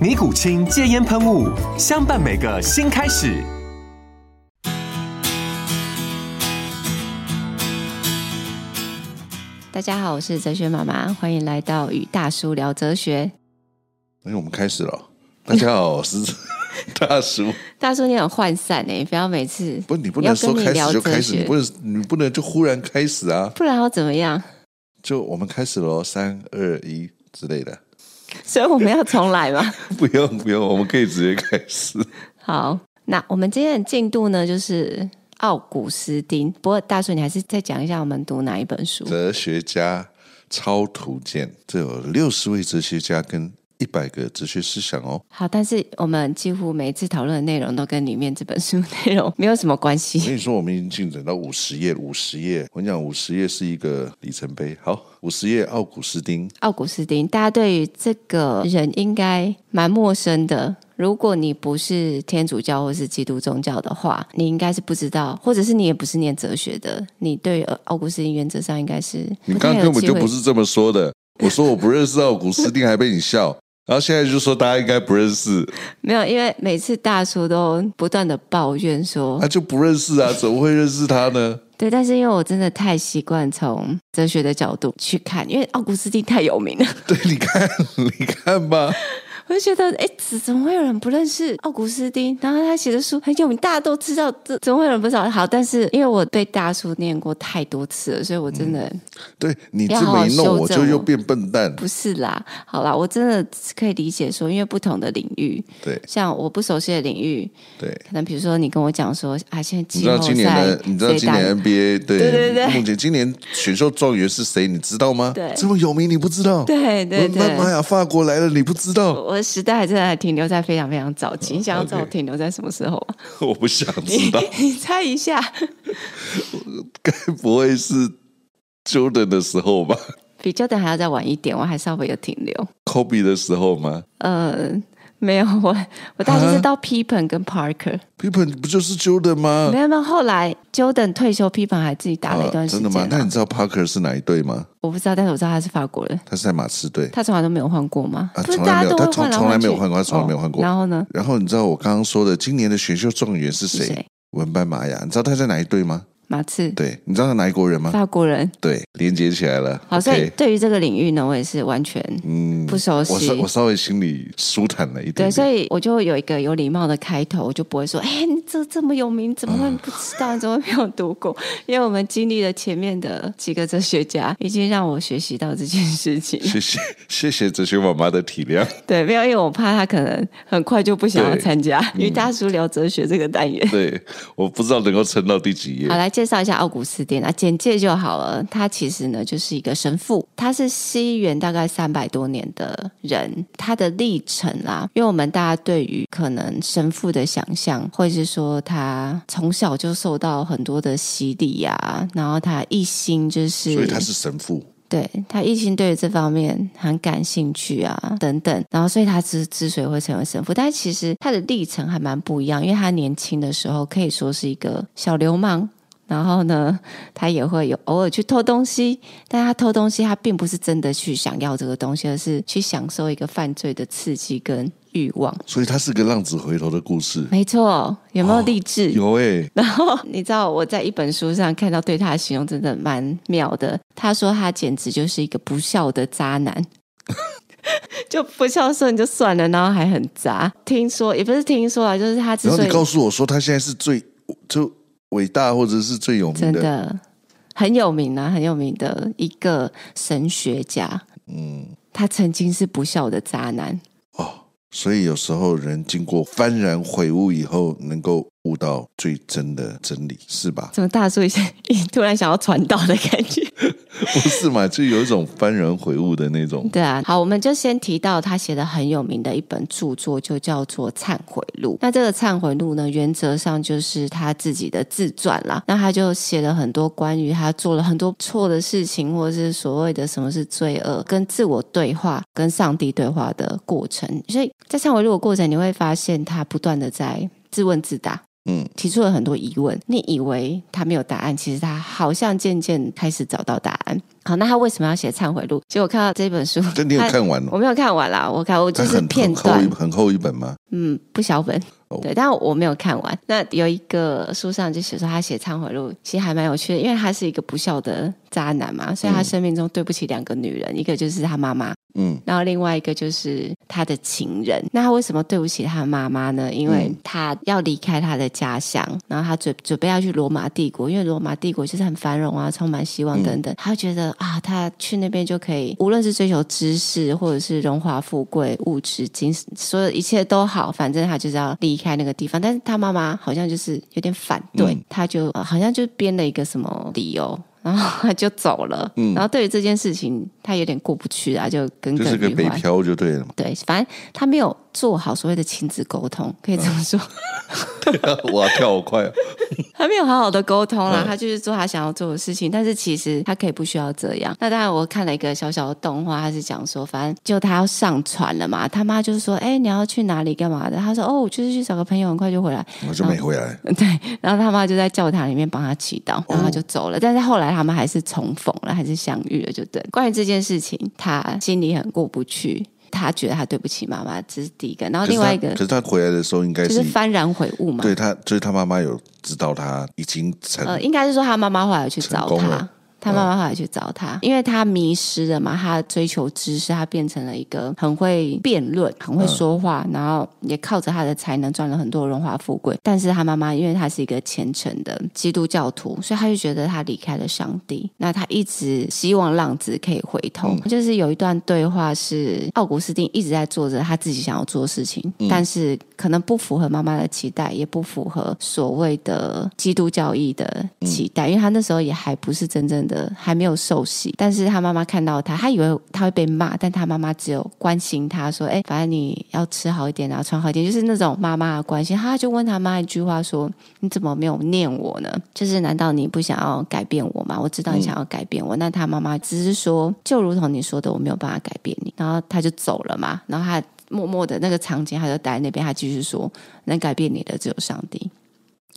尼古清戒烟喷雾，相伴每个新开始。大家好，我是哲学妈妈，欢迎来到与大叔聊哲学。因为我们开始了。大家好，我是 大叔。大叔，你很涣散哎、不要每次不，你不能说要跟你开聊始就开始，哲学你不能，你不能就忽然开始啊！不然要怎么样？就我们开始喽，三二一之类的， 所以我们要重来嘛。不用不用，我们可以直接开始。 好，那我们今天的进度呢，就是奥古斯丁。不过大叔，你还是再讲一下我们读哪一本书？哲学家超图鉴，这有六十位哲学家跟一百个哲学思想哦，好，但是我们几乎每一次讨论的内容都跟里面这本书内容没有什么关我系。跟你说，我们已经进展到五十页，五十页，我跟你讲，五十页是一个里程碑。好，五十页，奥古斯丁，奥古斯丁，大家对于这个人应该蛮陌生的。如果你不是天主教或是基督宗教的话，你应该是不知道，或者是你也不是念哲学的，你对于奥古斯丁原则上应该是你不刚太刚有根本机就会。不是这么说的。我说我不认识啊奥古斯丁，还被你笑， 然后现在就说大家应该不认识，没有，因为每次大叔都不断的抱怨说啊那、，就不认 识啊，怎么会认识他呢？对，但是因为我真的太习惯从哲学的角度去看，因为奥古斯丁太有名了，对，你看，你看吧，我就觉得，哎，怎怎么会有人不认识奥古斯丁？然后他写的书很有名，大家都知道，这怎么会有人不知道？好，但是因为我被大叔念过太多次了，所以我真嗯的、对你要这好好么一弄，修我正就又哦变笨蛋。不是啦。好啦，我真的可以理解说，因为不同的领域，对像我不熟悉的领域，对，可能比如说你跟我讲说啊，现在你季知后道赛今年的，你知道谁今打年 NBA 对对对对目前今年选秀状元是谁？你知道吗？对这么有名，你不知道？对对对哦那玛雅法国来了，你不知道？我的时代真的还停留在非常非常早期。你想要知道我 OK 停留在什么时 候 吗？ 我不想知道，你猜一下，该不会是 Jordan 的时候吧比 Jordan 还要再晚一点，我还稍微有停留。 ？Kobe 的时候吗？呃，没有， 我我大啊概是到 Pippen 跟 Parker，、 p i p e n 不就是 Jordan 吗没？有没有。后来 Jordan 退休，Pippen 还自己打了一段啊时真间、的吗？那你知道 Parker 是哪一队吗？我不知道，但是我知道他是法国人，他是在马刺队。他从来都没有换过吗？啊不是从来大没家有都会他从换来从来没有去换过他从来没有哦换过然后呢？然后你知道我刚刚说的今年的选秀状元是是谁谁？文班玛雅，你知道他在哪一队吗？马刺，对，你知道他哪一国人吗？法国人。对，连接起来了。好，所以 OK 对于这个领域呢，我也是完全嗯不熟悉。我稍我稍微心里舒坦了一点对，点。 所以我就有一个有礼貌的开头，我就不会说：“哎、你这这么有名，怎么会不知道？你怎么会没有读过？”因为我们经历了前面的几个哲学家，已经让我学习到这件事情。谢谢谢谢哲学妈妈的体谅。 对，没有，因为我怕他可能很快就不想要对参加与大叔聊哲学这个单元。对，我不知道能够撑到第几页好，。来介绍一下奥古斯丁啊，简介就好了。他其实呢就是一个神父，他是西元大概三百多年的人，他的历程啊，因为我们大家对于可能神父的想象，或者是说他从小就受到很多的洗礼啊，然后他一心就是，所以他是神父，对他一心对于这方面很感兴趣啊，等等，然后所以他之之所以会成为神父，但是其实他的历程还蛮不一样，因为他年轻的时候可以说是一个小流氓。然后呢，他也会有偶尔去偷东西，但他偷东西，他并不是真的去想要这个东西，而是去享受一个犯罪的刺激跟欲望。所以他是个浪子回头的故事。没错，有没有励志？有欸诶， 然后你知道我在一本书上看到对他的形容真的蛮妙的，他说他简直就是一个不孝的渣男。 就不孝顺就算了，然后还很渣。听说也不是听说啊，就是他之然后所以你告诉我说他现在是最就伟大或者是最有名真的，的很有名啊，很有名的一个神学家。嗯，他曾经是不孝的渣男，哦，所以有时候人经过幡然悔悟以后，能够悟到最真的真理，是吧？ 怎么大叔一下突然想要传道的感觉？不是嘛？就有一种幡然悔悟的那 种，对啊，好，我们就先提到他写的很有名的一本著作，就叫做《忏悔录》。那这个《忏悔录》呢，原则上就是他自己的自传啦。那他就写了很多关于他做了很多错的事情，或者是所谓的什么是罪恶，跟自我对话、跟上帝对话的过程。所以在忏悔录的过程，你会发现他不断的在自问自答。嗯，提出了很多疑问。你以为他没有答案，其实他好像渐渐开始找到答案。好，那他为什么要写忏悔录？结果看到这本书，但你有他看完哦？我没有看完啦，我看我它就是很片很厚一段，很厚一本吗？嗯，不小本哦。对，但我没有看完。那有一个书上就写说，他写忏悔录其实还蛮有趣的，因为他是一个不孝的渣男嘛，所以他生命中对不起两个女人，一个就是他妈妈，嗯，然后另外一个就是他的情人。那他为什么对不起他妈妈呢？因嗯为他要离开他的家乡，然后他准准备要去罗马帝国，因为罗马帝国就是很繁荣啊，充满希望等嗯等。他觉得啊，他去那边就可以，无论是追求知识，或者是荣华富贵、物质、精神，所有一切都好，反正他就是要离开那个地方。但是他妈妈好像就是有点反对，嗯他就、呃好像就编了一个什么理由。然后他就走了，嗯然后对于这件事情，他有点过不去啊，就耿就是耿个于北怀。漂就对了嘛。对，反正他没有做好所谓的亲子沟通，可以这么说， 哇，跳好快、哦！他没有好好的沟通啦，嗯他就是做他想要做的事情，但是其实他可以不需要这样。那当然，我看了一个小小的动画，他是讲说，反正就他要上船了嘛，他妈就是说，哎、你要去哪里干嘛的？他说，哦，我就是去找个朋友，很快就回来。我就没回来。对，然后他妈就在教堂里面帮他祈祷，然后他哦就走了。但是后来他们还是重逢了，还是相遇了，就对。关于这件事情，他心里很过不去，他觉得他对不起妈妈，这是第一个。然后可是啊另他外一个可是他回来的时候应该就是是幡然悔悟嘛，对他，就是他妈妈有知道他已经成、呃，应该是说他妈妈后来有去成找功他了。他妈妈后来去找他，因为他迷失了嘛，他追求知识，他变成了一个很会辩嗯论、很会说话，然后也靠着他的才能赚了很多荣华富贵。但是他妈妈，因为他是一个虔诚的基督教徒，所以他就觉得他离开了上帝。那他一直希望浪子可以回头，嗯就是有一段对话是奥古斯丁一直在做着他自己想要做的事情，但是可能不符合妈妈的期待，也不符合所谓的基督教义的期待，因为他那时候也还不是真正的还没有受洗，但是他妈妈看到他，他以为他会被骂，但他妈妈只有关心他说：“哎，反正你要吃好一点啊，穿好一点，就是那种妈妈的关心。”他就问他妈一句话说：“你怎么没有念我呢？就是难道你不想要改变我吗？我知道你想要改变我，那他妈妈只是说，就如同你说的，我没有办法改变你。然后他就走了嘛，然后他默默的那个场景，他就待在那边，他继续说，能改变你的只有上帝。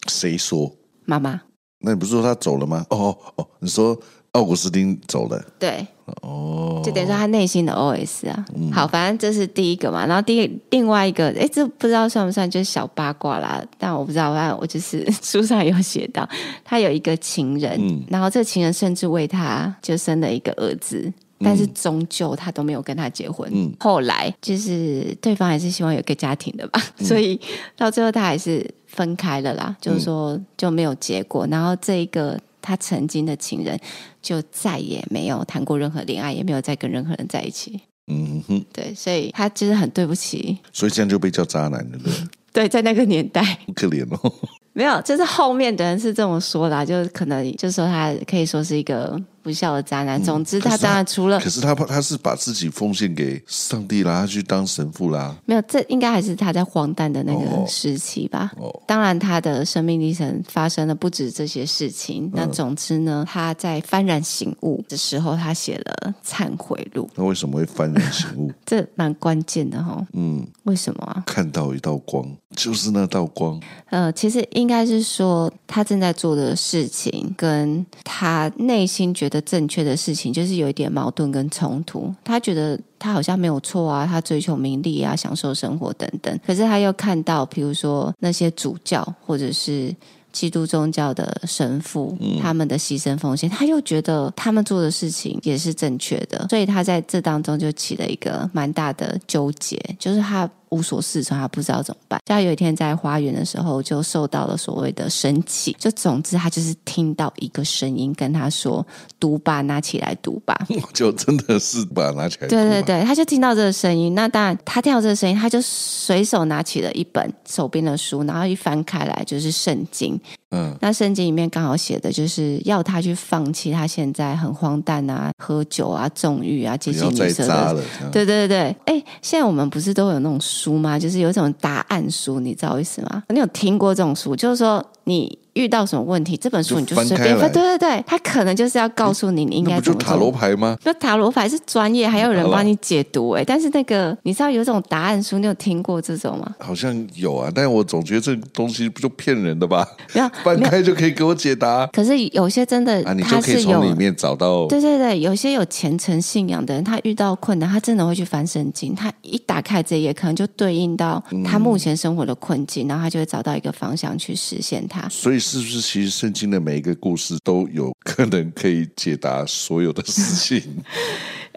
谁说？妈妈，那你不是说他走了吗？哦哦哦，你说奥古斯丁走了对，哦，就等于说他内心的 OS 啊。好，反正这是第一个嘛，然后第另外一个，哎，这不知道算不算就是小八卦啦，但我不知道，反正我就是 书上有写到，他有一个情人，嗯然后这个情人甚至为他就生了一个儿子。但是终究他都没有跟他结婚。嗯后来就是对方还是希望有一个家庭的吧，嗯所以到最后他还是分开了啦，就是说就没有结果。然后这一个他曾经的情人就再也没有谈过任何恋爱，也没有再跟任何人在一起。嗯哼，对，所以他就是很对不起。所以这样就被叫渣男， 对不对？对，在那个年代 很可怜哦，没有，就是后面的人是这么说啦，就是可能就说他可以说是一个不孝的渣男。总之，嗯可他是他当然除了 可是他他是把自己奉献给上帝啦，他去当神父啦，没有，这应该还是他在荒诞的那哦个时期吧。哦当然，他的生命历程发生了不止这些事情。嗯那总之呢，他在幡然醒悟的时候，他写了《忏悔录》，那为什么会幡然醒 悟？这蛮关键的哈、哦。嗯，为什么啊？看到一道光，就是那道光，呃，其实应该是说他正在做的事情跟他内心觉得正确的事情，就是有一点矛盾跟冲突。他觉得他好像没有错啊，他追求名利啊，享受生活等等。可是他又看到，比如说那些主教或者是基督宗教的神父，他们的牺牲奉献，他又觉得他们做的事情也是正确的，所以他在这当中就起了一个蛮大的纠结，就是他无所适从，他不知道怎么办。直到有一天在花园的时候，就受到了所谓的神奇，就总之他就是听到一个声音跟他说：“读吧，拿起来读吧。”我就真的是把它拿起来。对对，对，他就听到这个声音。那当然，他听到这个声音，他就随手拿起了一本手边的书，然后一翻开来就是圣经。嗯，那圣经里面刚好写的就是要他去放弃他现在很荒诞啊、喝酒啊、纵欲啊、接不近要再女色扎的。了。嗯这样，对对对对，哎，现在我们不是都有那种书吗？就是有一种答案书，你知道意思吗？你有听过这种书？就是说你遇到什么问题，这本书就你就翻随开便来翻。对对对，他可能就是要告诉你你应那该不怎就么塔做。罗牌吗？那塔罗牌是专业，还有人好了帮你解读哎、但是那个你知道有一种答案书，你有听过这种吗？好像有啊，但我总觉得这东西不就骗人的吧？ 没有，翻没有。开就可以给我解答可是有些真的啊，你就他可以是从有，里面找到。对对对，有些有虔诚信仰的人，他遇到困难，他真的会去翻圣经，他一打开这一页，可能就对应到他嗯目前生活的困境，然后他就会找到一个方向去实现它。所以，是不是其实圣经的每一个故事都有可能可以解答所有的事 情？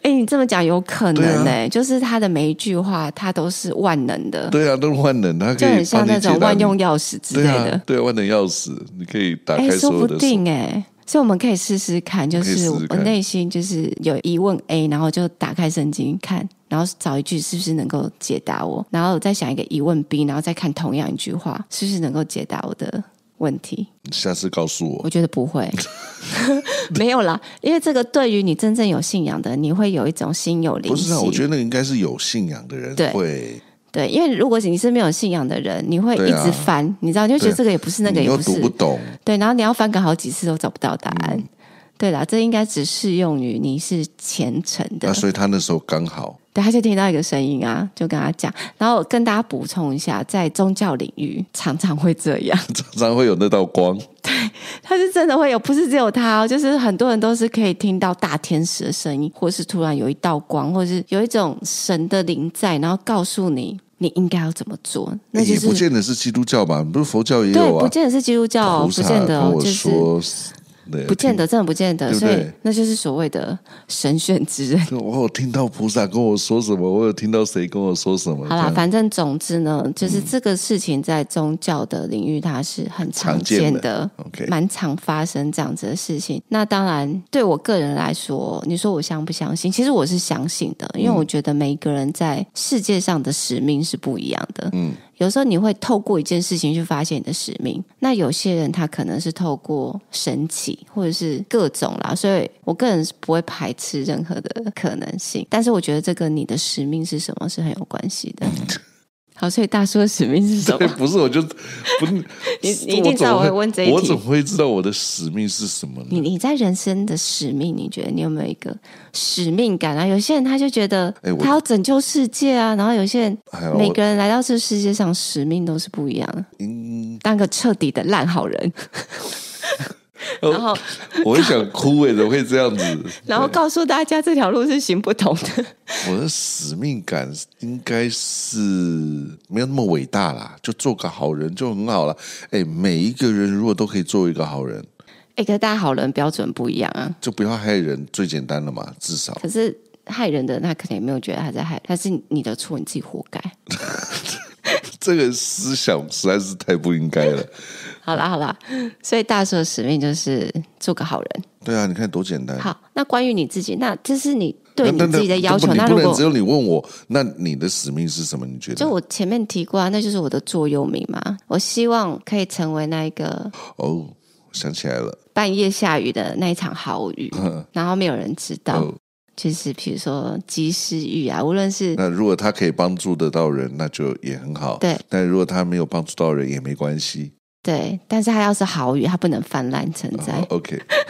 哎，你这么讲有可对啊能呢、就是他的每一句话，他都是万能的，对啊，都是万能，它可就以很帮像你那解答种你。万用钥匙之对类的。啊，对啊，万能钥匙，你可以打哎，开说所有不的锁。定哎、所以我们可以试试看，就可以是试试我看内心就是有疑问 A，然后就打开圣经看，然后找一句是不是能够解答我，然后我再想一个疑问 B，然后再看同样一句话是不是能够解答我的问题。你下次告诉我我，觉得不 会，没有啦，因为这个对于你真正有信仰的，你会有一种心有灵不犀。是啊？我觉得那个应该是有信仰的人对会，对，因为如果你是没有信仰的人，你会对一啊直翻，你知道，你就觉对得啊这个也不是，那个你也又不是，读不懂，对，然后你要翻个好几次都找不到答案。嗯对啦，这应该只适用于你是虔诚的那。所以他那时候刚好对，他就听到一个声音啊，就跟他讲。然后跟大家补充一下，在宗教领域常常会这样，常常会有那道光， 他是真的会有，不是只有他哦，就是很多人都是可以听到大天使的声音，或是突然有一道光，或是有一种神的灵在，然后告诉你你应该要怎么做。那就也不是见得是基督教吧？不是佛教也对，有不啊？见得是基督教哦，菩不萨见得跟哦，我就是说，对不见得，真的不见得，对不所以对哦那就是所谓的神选之人。我有听到菩萨跟我说什么，我有听到谁跟我说什么。好啦，这样反正总之呢，就是这个事情在宗教的领域，它是很常见常见的 OK 蛮常发生这样子的事情。那当然，对我个人来说，你说我相不相信？其实我是相信的，因为我觉得每一个人在世界上的使命是不一样的。嗯，有时候你会透过一件事情去发现你的使命，那有些人他可能是透过神奇或者是各种啦，所以我个人是不会排斥任何的可能性。但是我觉得这跟你的使命是什么是很有关系 的。好，所以大叔的使命是什对，么？不是，我就不是 你你一定知道我会问这一题我怎么会知道我的使命是什么你呢？你在人生的使命，你觉得你有没有一个使命感啊？有些人他就觉得哎我他要拯救世界啊，然后有些人哎呀，每我个人来到这世界上使命都是不一样的。嗯，当个彻底的烂好人， 然后我会想哭诶，怎么会这样子？然后告诉大家这条路是行不通的。我的使命感应该是没有那么伟大啦，就做个好人就很好了。哎，每一个人如果都可以做一个好人， 哎、可是大家好人标准不一样啊。就不要害人，最简单了嘛，至少。可是害人的人他可能也没有觉得他在害人，但是你的错你自己活该。这个思想实在是太不应该了。好啦好啦，所以大叔的使命就是做个好人。对啊，你看多简单。好，那关于你自己，那这是你对你那自己的要求。那那那不如你不能果只有你问我，那你的使命是什么？你觉得就？我前面提过啊，那就是我的座右铭嘛。我希望可以成为那一个哦，想起来了，半夜下雨的那一场好雨，嗯然后没有人知道。哦，就是比如说及时雨啊，无论是那如果他可以帮助得到人，那就也很好。对，但如果他没有帮助到人，也没关系。对，但是它要是好雨，它不能泛滥成灾，哦 OK，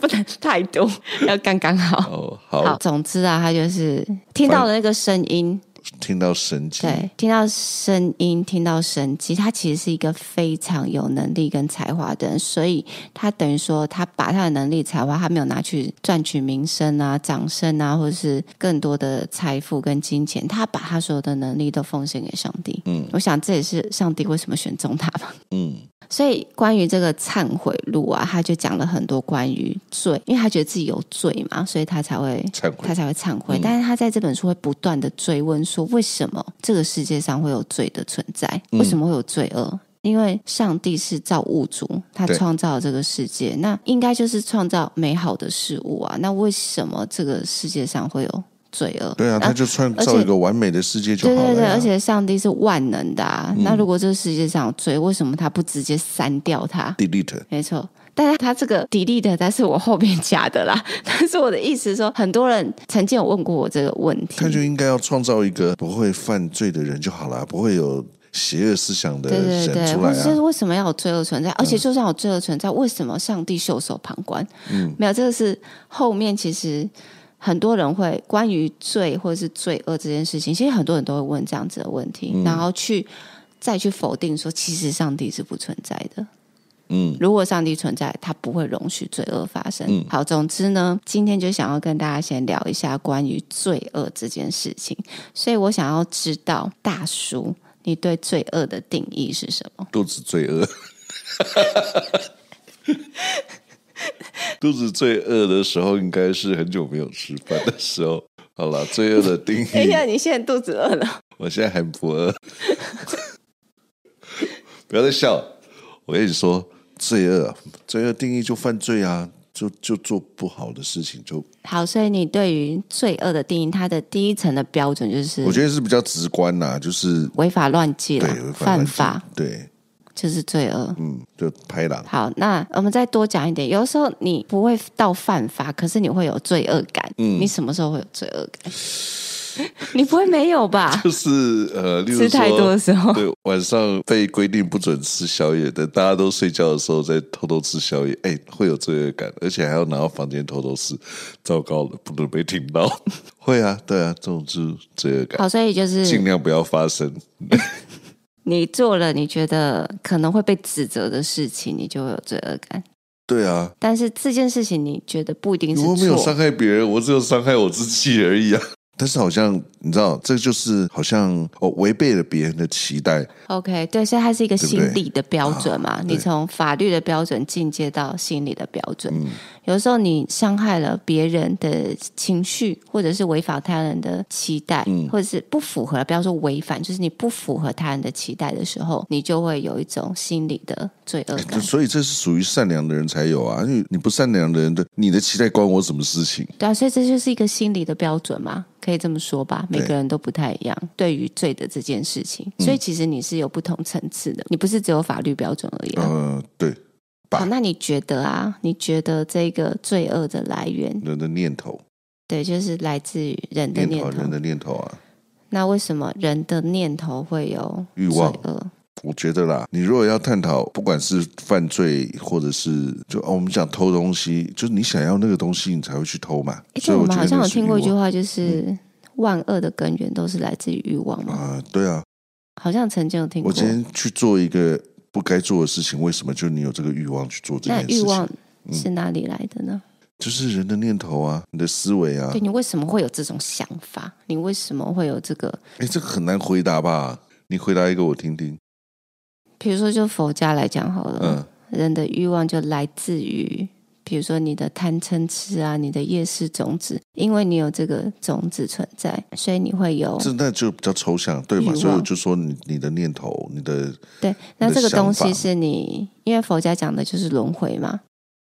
不能太多，要刚刚好。哦，好，好，总之啊，他就是听到了那个声音，听到神迹，对，听到声音，听到神迹，他其实是一个非常有能力跟才华的人，所以他等于说，他把他的能力、才华，他没有拿去赚取名声啊、掌声啊，或者是更多的财富跟金钱，他把他所有的能力都奉献给上帝。嗯，我想这也是上帝为什么选中他吧。嗯，所以关于这个忏悔录啊，他就讲了很多关于罪，因为他觉得自己有罪嘛，所以他才会忏悔他才会忏悔。嗯但是他在这本书会不断的追问说，为什么这个世界上会有罪的存在？为嗯什么会有罪恶？因为上帝是造物主，他对创造了这个世界，那应该就是创造美好的事物啊。那为什么这个世界上会有罪恶？对啊，那他就创而造且一个完美的世界就对好了呀。嗯对对，而且上帝是万能的啊。那如果这世界上有罪，为什么他不直接删掉它？ delete 没错。但是他这个 delete 它是我后面加的啦， 但是我的意思是说，很多人曾经有问过我这个问题，他就应该要创造一个不会犯罪的人就好了，不会有邪恶思想的对对人对，出来或是啊。嗯为什么要有罪恶存在？而且就算有罪恶存在，为什么上帝袖手旁观？嗯，没有，这个是后面其实很多人会关于罪或者是罪恶这件事情，其实很多人都会问这样子的问题，嗯然后去再去否定说，其实上帝是不存在的。嗯，如果上帝存在，他不会容许罪恶发生。好，总之呢，今天就想要跟大家先聊一下关于罪恶这件事情，所以我想要知道大叔。你对罪恶的定义是什么？肚子罪恶， 肚子最饿的时候，应该是很久没有吃饭的时候。好了，罪恶的定等一下，义，啊你现在肚子饿了？我现在还不饿。不要再笑，我跟你说，罪恶，罪恶定义就犯罪啊，就就做不好的事情，就好，所以你对于罪恶的定义，它的第一层的标准就是我觉得是比较直观呐、就是违法乱纪了对，违反犯环境法，对，就是罪恶。嗯，就拍狼。好，那我们再多讲一点。有的时候你不会到犯法，可是你会有罪恶感。嗯你什么时候会有罪恶感？ 你不会没有吧？ 就是呃，例如吃太说多的时候对，晚上被规定不准吃宵夜的，大家都睡觉的时候再偷偷吃宵夜，哎，会有罪恶感，而且还要拿到房间偷偷吃，糟糕了，不能被听到。 会啊，对啊，这种就是罪恶感，好，所以就尽是量不要发生。你做了你觉得可能会被指责的事情，你就会有罪恶感。对啊，但是这件事情你觉得不一定是我没有错伤，害别人，我只有伤害我自己而已啊。 但是好像你知道，这就是好像哦，违背了别人的期待， OK，对，所以它是一个对不对心理的标准嘛。啊对你从法律的标准进阶到心理的标准，嗯有时候你伤害了别人的情绪，或者是违反他人的期待，嗯或者是不符合，不要说违反，就是你不符合他人的期待的时候，你就会有一种心理的罪恶感。所以哎这是属于善良的人才有啊，因为你不善良的人的，你的期待关我什么事情？对啊，所以这就是一个心理的标准嘛，可以这么说吧。每对嗯个人都不太一样，对于罪的这件事情，所以其实你是有不同层次的，你不是只有法律标准而已啊、呃，对，哦吧好，那你觉得啊？你觉得这个罪恶的来源，人的念头，对，就是来自于人的念念头，头。人的念头啊，那为什么人的念头会有欲望罪恶？我觉得啦，你如果要探讨，不管是犯罪，或者是就哦，我们讲偷东西，就是你想要那个东西，你才会去偷嘛。诶这所以我们觉得好像那有是听过一欲句望嗯话，就是万恶的根源都是来自于欲望嘛。啊、对啊，好像曾经有听我过。今天去做一个不该做的事情，为什么就你有这个欲望去做这那件欲事望情？嗯是哪里来的呢？就是人的念头啊，你的思维啊对，你为什么会有这种想法？你为什么会有这个？哎，这个很难回答吧？你回答一个我听听，比如说，就佛家来讲好了，嗯人的欲望就来自于，比如说你的贪嗔痴啊，你的夜视种子，因为你有这个种子存在，所以你会有这那就比较抽象，对欲嘛？望所以我就说你你的念头，你的对。那这个东想西法是你，因为佛家讲的就是轮回嘛，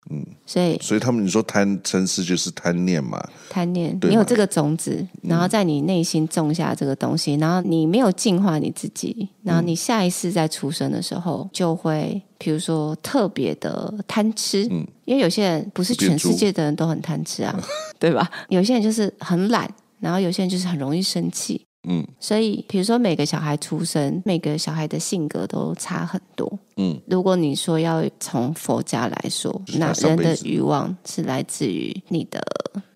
嗯，所以所以他们你说贪嗔痴就是贪念嘛，贪念，对嗯你有嘛这个种子，然后在你内心种下这个东西，然后你没有净化你自嗯己，然后你下一次在出生的时候就会，比如说特别的贪吃，嗯因为有些人不是全世界的人都很贪吃啊， 对吧？有些人就是很懒，然后有些人就是很容易生气。嗯所以，比如说每个小孩出生，每个小孩的性格都差很多。嗯，如果你说要从佛家来说，就是那他上人辈的子欲望是来自于你的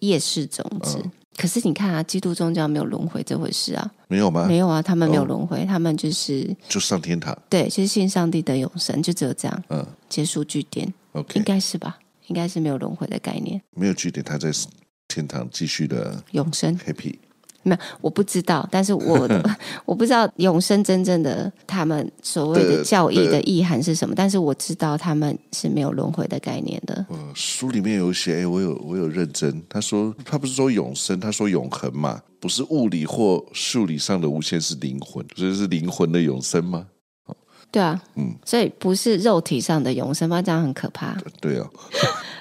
夜视种子。嗯可是你看啊，基督宗教没有轮回这回事啊，没有吗？没有啊，他们没有哦轮回，他们就是就上天堂，对，就是信上帝的永生，就只有这样嗯结束据点，应，OK，该是吧？应该是没有轮回的概念，没有据点，他在天堂继续的永生。 happy，没有，我不知道，但是我 我不知道永生真正的他们所谓的对教义的对意涵是什么，但是我知道他们是没有轮回的概念的。呃书里面有写，哎，我有我有认真。他说他不是说永生，他说永恒嘛，不是物理或数理上的无限，是灵魂，所以是灵魂的永生吗？对啊，嗯所以不是肉体上的永生吗？这样很可怕。对啊，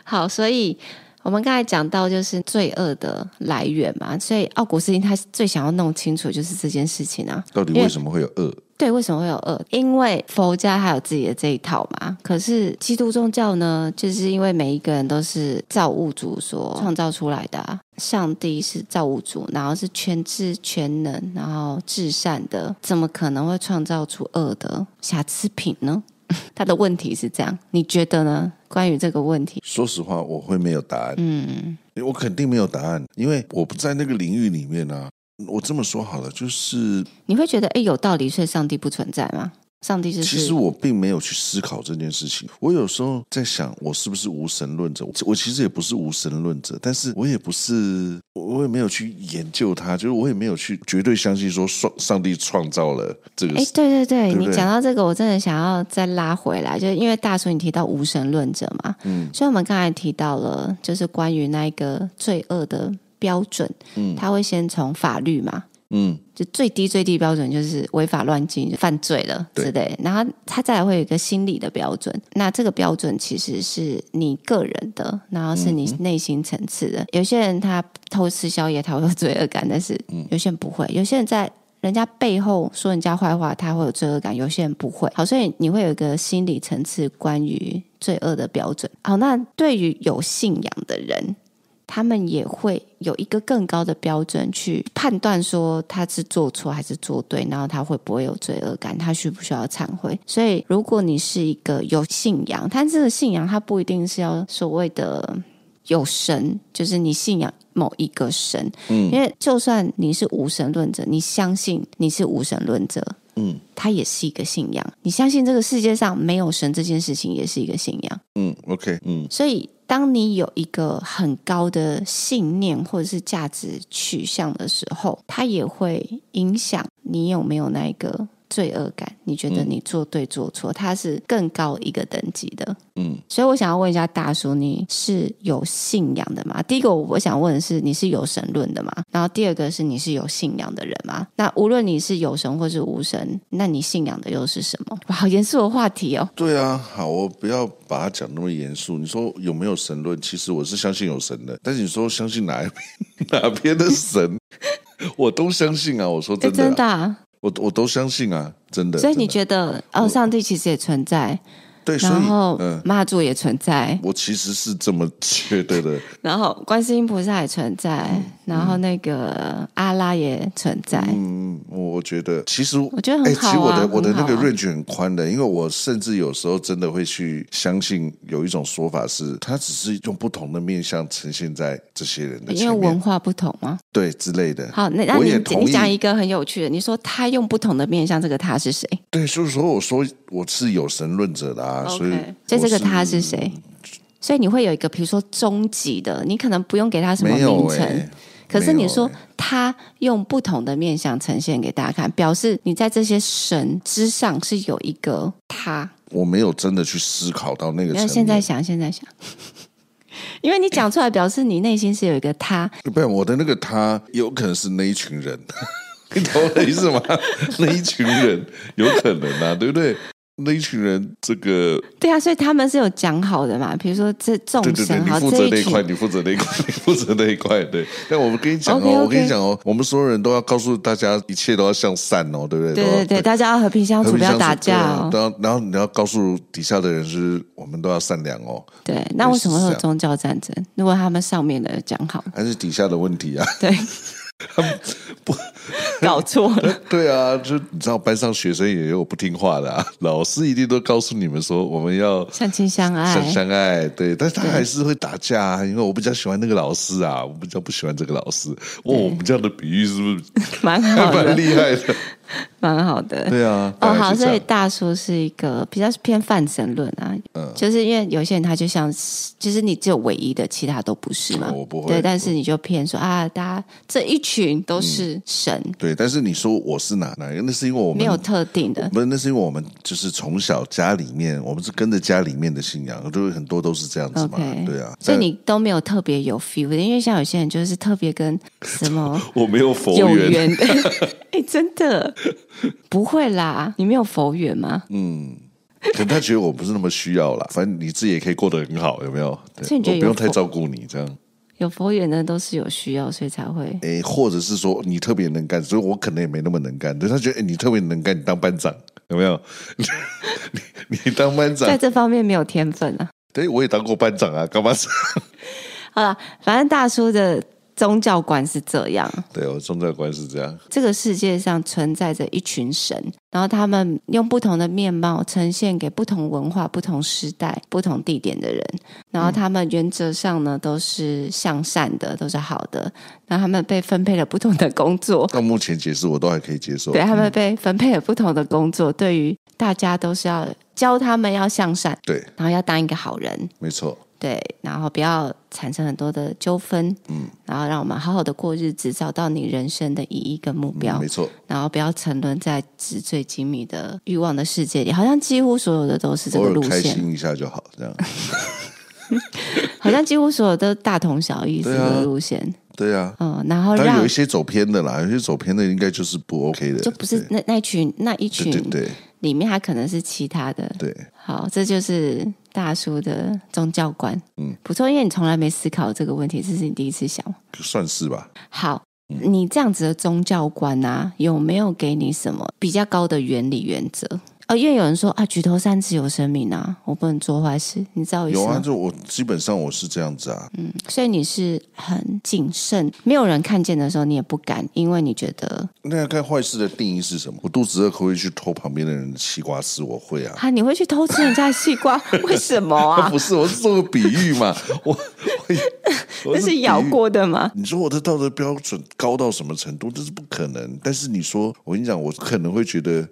好，所以我们刚才讲到就是罪恶的来源嘛，所以奥古斯丁他最想要弄清楚就是这件事情啊。到底为什么会有恶？对，为什么会有恶？因为佛家还有自己的这一套嘛。可是基督宗教呢，就是因为每一个人都是造物主所创造出来的、啊，上帝是造物主，然后是全知全能，然后至善的，怎么可能会创造出恶的瑕疵品呢？ 他的问题是这样，你觉得呢？关于这个问题，说实话，我会没有答案。嗯，我肯定没有答案，因为我不在那个领域里面啊。我这么说好了，就是你会觉得诶有道理，所以上帝不存在吗？上帝就是其实我并没有去思考这件事情。我有时候在想，我是不是无神论者？我其实也不是无神论者，但是我也不是，我也没有去研究它，就是我也没有去绝对相信说上上帝创造了这个哎，对对对，对不你对讲到这个，我真的想要再拉回来，就是因为大叔你提到无神论者嘛，嗯，所以我们刚才提到了，就是关于那一个罪恶的标准，嗯，他会先从法律嘛，嗯，就最低最低标准就是违法乱纪就犯罪了对之类，然后他再来会有一个心理的标准，那这个标准其实是你个人的，然后是你嗯内心层次的。有些人他偷吃宵夜他会有罪恶感，但是嗯有些人不会，有些人在。人家背后说人家坏话，他会有罪恶感；有些人不会。好，所以你会有一个心理层次关于罪恶的标准。好，那对于有信仰的人，他们也会有一个更高的标准去判断说他是做错还是做对，然后他会不会有罪恶感，他需不需要忏悔。所以，如果你是一个有信仰，但这个信仰它不一定是要所谓的有神，就是你信仰某一个神，嗯，因为就算你是无神论者，你相信你是无神论者，嗯它也是一个信仰。你相信这个世界上没有神这件事情，也是一个信仰。嗯，OK，嗯所以，当你有一个很高的信念或者是价值取向的时候，它也会影响你有没有那一个罪恶感。你觉得你做对做错，它是更高一个等级的。嗯，所以我想要问一下大叔，你是有信仰的吗？第一个，我想问的是，你是有神论的吗？然后第二个是，你是有信仰的人吗？那无论你是有神或是无神，那你信仰的又是什么？哇，好严肃的话题哦。对啊，好，我不要把它讲那么严肃。你说有没有神论？其实我是相信有神的，但是你说相信哪一边 哪边的神， 我都相信啊。我说哎，真的啊、真的、啊。我我都相信啊，真的。所以你真的觉得哦，上帝其实也存在，对？所然以后嗯，妈祖也存在，我其实是这么觉得的。 然后观世音菩萨也存在，然后那个阿拉也存在。嗯，我我觉得其实我觉得很哎好其实我啊的我的很好那个啊 range 很宽的，因为我甚至有时候真的会去相信有一种说法是，它只是用不同的面相呈现在这些人的因为前文面，化不同嘛，对之类的。好，那那我你也同意你讲一个很有趣的，你说他用不同的面向，这个他是谁？对，所以说我说我是有神论者的啊，所以 OK，所以这我个他是谁？所以你会有一个，比如说终极的，你可能不用给他什么没有名称，哎可是你说没有哎他用不同的面相呈现给大家看，表示你在这些神之上是有一个他。我没有真的去思考到那个没有，层现面。在想，现在想，因为你讲出来，表示你内心是有一个他。不然我的那个他有可能是那一群人， 你懂我的意 思吗？那一群人有可能啊，对不对？那一群人，这个对啊，所以他们是有讲好的嘛，比如说这众对对对，神你哦好负这责一那一块，群。你负责那一块，你负责那一块，对。但我们跟你讲哦 OK，OK 我跟你讲哦，我们所有人都要告诉大家，一切都要向善哦，对不对？对都要对对，大家要和平相处，和平不要相处打架哦。对啊然后，然后你要告诉底下的人是，我们都要善良哦，对，那为什么会有是这样啊宗教战争？如果他们上面的讲好，还是底下的问题啊？ 对，搞错了。 对啊，就你知道班上学生也有不听话的、啊，老师一定都告诉你们说我们要相亲相爱，相相爱，对，但是他还是会打架啊，因为我比较喜欢那个老师啊，我比较不喜欢这个老师。哦，我们这样的比喻是不是 蛮好还蛮的。厉害的？蛮好的。对啊，哦，大概好，是这所样以大叔是一个比较偏泛神论啊，嗯就是因为有些人他就像是，就是你只有唯一的，其他都不是嘛。我不会对，但是你就偏说啊，大家这一群都是神，对，但是你说我是哪哪一个？那是因为我们没有特定的。不是，那是因为我们就是从小家里面，我们是跟着家里面的信仰，就是很多都是这样子嘛 OK，对啊。所以但你都没有特别有 feel 的，因为像有些人就是特别跟什 么我没有佛有缘，缘的， 哎、真的不会啦，你没有佛缘吗？嗯可能他觉得我不是那么需要啦。反正你自己也可以过得很好，有没有？对所以你觉得我不用有佛太照顾你这样。有佛缘的都是有需要，所以才会诶，或者是说你特别能干，所以我可能也没那么能干。但他觉得诶你特别能干，你当班长有没有？ 你你当班在长，这方面没有天分啊。对，我也当过班长啊，干嘛？好了，反正大叔的宗教观是这样： 对我宗教观是这样，这个世界上存在着一群神，然后他们用不同的面貌呈现给不同文化、不同时代、不同地点的人，然后他们原则上呢都是向善的，都是好的，然后他们被分配了不同的工作。到目前解释我都还可以接受。对他啊们被分配了不同的工作，对于大家都是要教他们要向善，对，然后要当一个好人，没错，对，然后不要产生很多的纠纷，嗯，然后让我们好好的过日子，找到你人生的意义跟目标，没错。然后不要沉沦在纸醉金迷的欲望的世界里，好像几乎所有的都是这偶个尔路开线，心一下就好，这样。好像几乎所有都大同小异这对啊个路线，对啊，嗯，然后当然有让一些走偏的啦，有些走偏的应该就是不 OK 的，就不是那那一群那一对群对对里面，还可能是其他的，对对，好，这就是大叔的宗教观，嗯，不错，因为你从来没思考这个问题，这是你第一次想。算是吧。好，你这样子的宗教观啊，有没有给你什么比较高的原理原则？哦，因为有人说啊，举头三尺有神明啊，我不能做坏事，你知道我意思有啊，吗？就我基本上我是这样子啊，嗯所以你是很谨慎，没有人看见的时候，你也不敢，因为你觉得那要看坏事的定义是什么。我肚子饿，可不可以去偷旁边的人的西瓜吃？我会啊。啊，你会去偷吃人家的西瓜， 为什么啊？ 不是，我是做个比 喻嘛。我我那我是比咬喻过的吗？你说我的道德标准高到什么程度？这是不可能。但是你说，我跟你讲，我可能会觉得，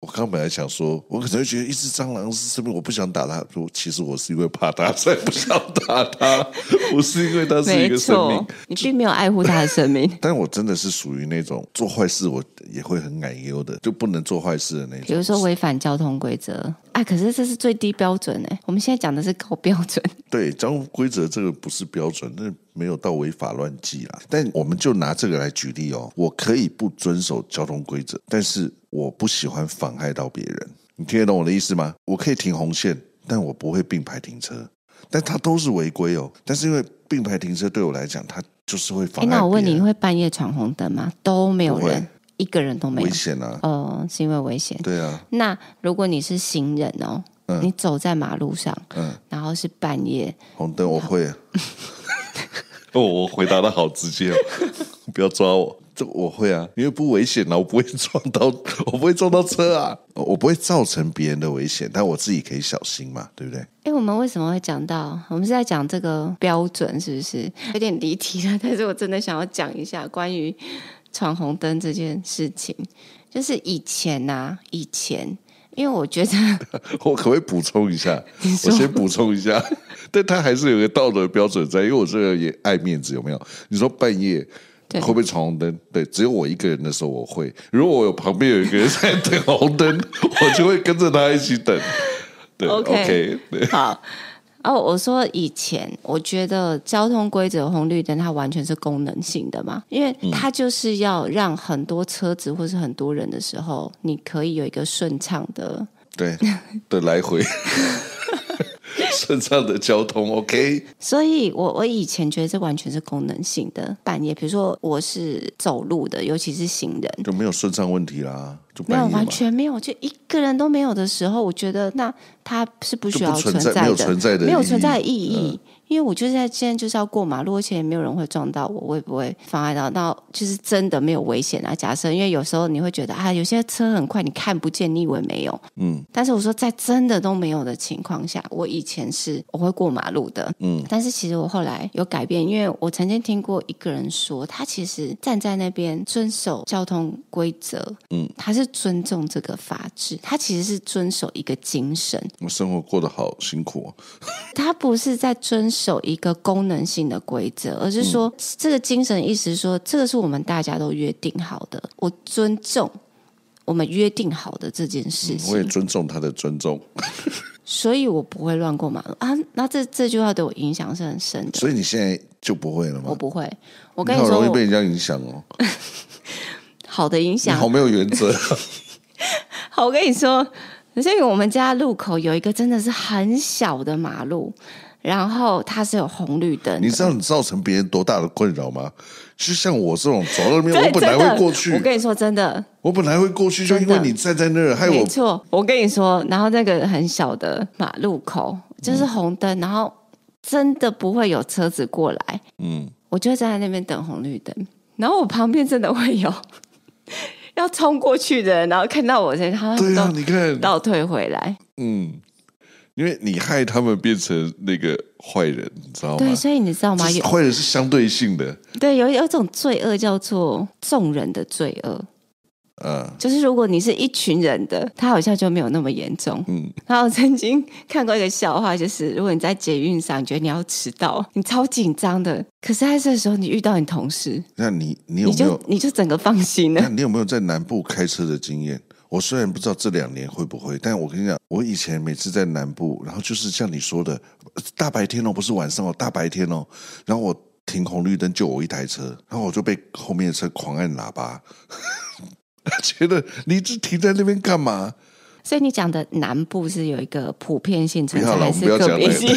我刚本来想说，我可能会觉得一只蟑螂是生命，我不想打它。我其实我是因为怕它，所以不想打它。我是因为它是一没个生命。错。，你并没有爱护他的生命但我真的是属于那种做坏事我也会很奶忧的，就不能做坏事的那 比种。如说违反交通规则，啊，可是这是最低标准哎、我们现在讲的是高标准。对，交通规则这个不是标准，那没有到违法乱纪啦。但我们就拿这个来举例哦，我可以不遵守交通规则，但是我不喜欢妨害到别人。你听得懂我的意思吗？我可以停红线，但我不会并排停车，但它都是违规哦。但是因为并排停车对我来讲，它就是会哎，妨害别人，那我问你，你会半夜闯红灯吗？都没有哦不会人，一个人都没有危。险啊！哦，是因为危险。对啊，那如果你是行人哦，你走在马路上，嗯然后是半夜，红灯我会。 哦，我回答的好直接哦，不要抓我。这我会啊，因为不危险啊，我不会撞到，我不会撞到车啊，我不会造成别人的危险，但我自己可以小心嘛，对不对？哎，我们为什么会讲到？我们是在讲这个标准，是不是有点离题了？ 但是我真的想要讲一下关于闯红灯这件事情，就是以前呐、以前。因为我觉得 我可不可以补充 一下？说我先补充一下， 但他还是有一个道德标准在，因为我这个也爱面子，有没有？你说半夜。对会不会闯红灯？对，只有我一个人的时候我会。如果我有旁边有一个人在等红灯， 我就会跟着他一起等。对 OK ，OK，对。 好哦，我说以前我觉得交通规则红绿灯它完全是功能性的嘛，因为嗯它就是要让很多车子或是很多人的时候，你可以有一个顺畅的。 对的来回， 顺畅的交通，OK，所以我我以前觉得这完全是功能性的。半夜，比如说我是走路的，尤其是行人，就没有顺畅问题啦，就没半有夜嘛完全没有，就一个人都没有的时候，我觉得那它是不需要就不存存在在的，没有存在的没有意义嗯存在的意义。因为我就是在现在就是要过马路，而且也没有人会撞到我，我也不会妨碍到，到就是真的没有危险啊。假设因为有时候你会觉得啊，有些车很快，你看不见，你以为没有，嗯，但是我说在真的都没有的情况下，我以前是我会过马路的，嗯，但是其实我后来有改变，因为我曾经听过一个人说，他其实站在那边遵守交通规则，嗯，他是尊重这个法治，他其实是遵守一个精神，我生活过得好辛苦、哦。他不是在遵守一个功能性的规则，而是嗯说、这个精神意识说，这个是我们大家都约定好的，我尊重我们约定好的这件事情。嗯我也尊重他的尊重，所以我不会乱过马路啊。那这这句话对我影响是很深的。所以你现在就不会了我吗？不会，我我跟你说，好容易我被人家影响哦，好的影你响好。没有原 则。好，我跟你说，所以我们家路口有一个真的是很小的马路，然后它是有红绿灯的。你知道你造成别人多大的困扰吗？就像我这种走到那边，对我本来真的会过去我，跟你说真的，我本来会过去，就因为真的你站在那儿，害没哎我错，我跟你说，然后那个很小的马路口就是红灯，然后真的不会有车子过来，嗯，我就站在那边等红绿灯，然后我旁边真的会有 要冲过去的人，然后看到我在，然后他们对都啊，你看，倒退回来。嗯，因为你害他们变成那个坏人，你知道吗对，？所以你知道吗？就是有坏人是相对性的，对有有一种罪恶叫做众人的罪恶，啊，就是如果你是一群人的，他好像就没有那么严重。嗯，然后我曾经看过一个笑话，就是如果你在捷运上，你觉得你要迟到，你超紧张的，可是在这时候你遇到你同事，那你你有你没就有？嗯你就整个放心那了。你有没有在南部开车的经验？我虽然不知道这两年会不会，但我跟你讲，我以前每次在南部，然后就是像你说的，呃大白天哦，不是晚上哦，大白天哦，然后我停红绿灯就我一台车，然后我就被后面的车狂按喇叭， 觉得你这停在那边干嘛？所以你讲的南部是有一个普遍性存不要在，还了我们是不要个讲别那个性？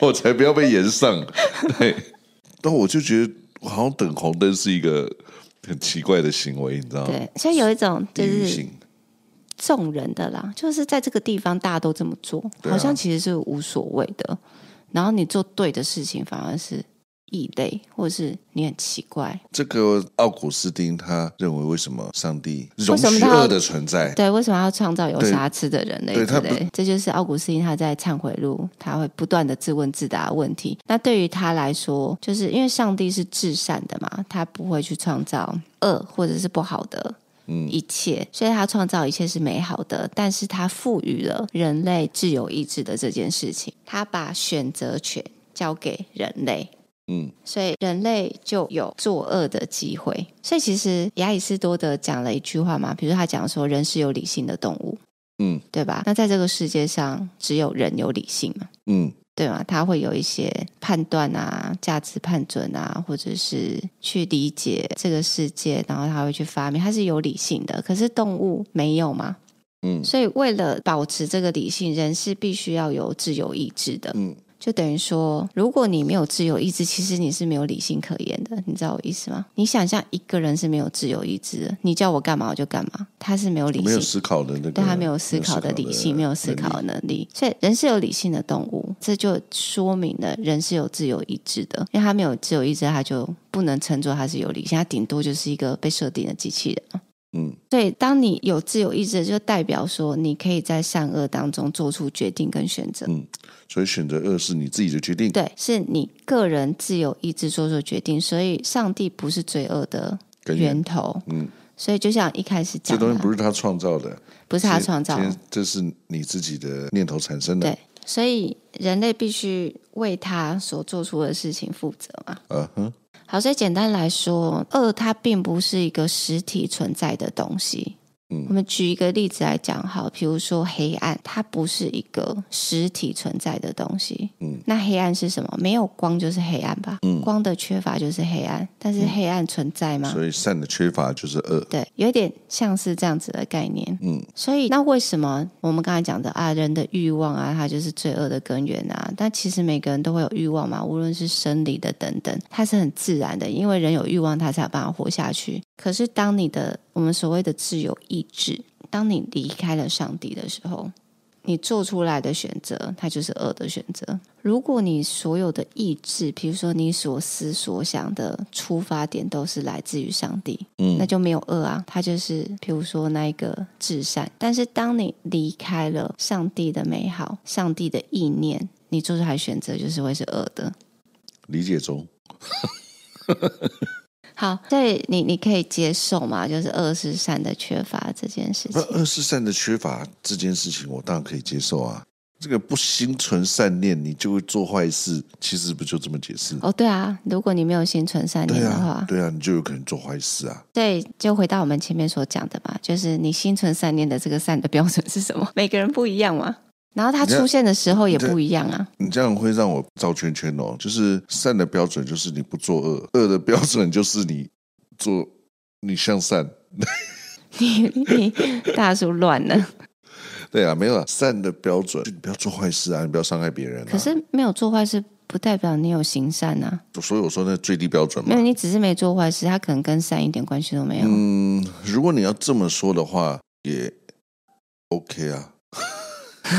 我才不要被延上。对，但我就觉得我好像等红灯是一个很奇怪的行为，你知道吗？对，所以有一种就地是域嗯性。众人的啦，就是在这个地方大家都这么做，对啊好像其实是无所谓的。然后你做对的事情，反而是异类，或是你很奇怪。这个奥古斯丁他认为，为什么上帝容为什么许他要恶的存在？对，为什么要创造有对瑕疵的人类之对他类？这就是奥古斯丁他在忏悔录，他会不断的自问自答的问题。那对于他来说，就是因为上帝是至善的嘛，他不会去创造恶或者是不好的。嗯一切，所以他创造一切是美好的，但是他赋予了人类自由意志的这件事情，他把选择权交给人类，嗯，所以人类就有作恶的机会。所以其实亚里士多德讲了一句话嘛，比如他讲说人是有理性的动物，嗯，对吧？那在这个世界上，只有人有理性嘛，嗯，对吗？他会有一些判断啊、价值判准啊，或者是去理解这个世界，然后他会去发明，他是有理性的。可是动物没有嘛，嗯所以为了保持这个理性，人是必须要有自由意志的，嗯，就等于说，如果你没有自由意志，其实你是没有理性可言的，你知道我意思吗？你想象一个人是没有自由意志的，你叫我干嘛我就干嘛，他是没有理没有性。思考的那个，对他没有思考的理性，没有思考的能力能力，所以人是有理性的动物，这就说明了人是有自由意志的，因为他没有自由意志，他就不能称作他是有理性，他顶多就是一个被设定的机器人。嗯所以，当你有自由意志，就代表说你可以在善恶当中做出决定跟选择。嗯，所以选择恶是你自己的决定。对，是你个人自由意志做出决定，所以上帝不是罪恶的根源源头。嗯，所以就像一开始这讲的东啊，西不是他创造的，不是他创造这的，这这是你自己的念头产生的。对，所以人类必须为他所做出的事情负责嘛。啊哼，好，所以简单来说，恶它并不是一个实体存在的东西。嗯我们举一个例子来讲好，比如说黑暗，它不是一个实体存在的东西。嗯，那黑暗是什么？没有光就是黑暗吧？嗯光的缺乏就是黑暗，但是黑暗存在吗？所以善的缺乏就是恶。对，有点像是这样子的概念。嗯，所以，那为什么我们刚才讲的啊，人的欲望啊，它就是罪恶的根源啊？但其实每个人都会有欲望嘛，无论是生理的等等，它是很自然的，因为人有欲望，他才有办法活下去。可是，当你的我们所谓的自由意志，当你离开了上帝的时候，你做出来的选择，它就是恶的选择。如果你所有的意志，比如说你所思所想的出发点都是来自于上帝，嗯，那就没有恶啊，它就是比如说那一个至善。但是当你离开了上帝的美好、上帝的意念，你做出来的选择就是会是恶的。理解中，好，所以你你可以接受嘛，就是恶是善的缺乏这件事那情。二十善的缺乏这件事情，我当然可以接受啊。这个不心存善念，你就会做坏事，其实不就这么解释？哦，对啊，如果你没有心存善念呃对的话，啊，对啊，你就有可能做坏事啊。对，就回到我们前面所讲的吧，就是你心存善念的这个善的标准是什么？每个人不一样嘛。然后它你看出现的时候也这不一样啊。 你这样会让我绕圈圈哦。就是善的标准就是你不作恶，恶的标准就是你做你向善。你你大叔乱了，对啊，没有啊，善的标准就你不要做坏事啊，你不要伤害别人、啊。可是没有做坏事不代表你有行善啊。所以我说那最低标准没嘛有，。你只是没做坏事，它可能跟善一点关系都没有。嗯，如果你要这么说的话，也 OK 啊。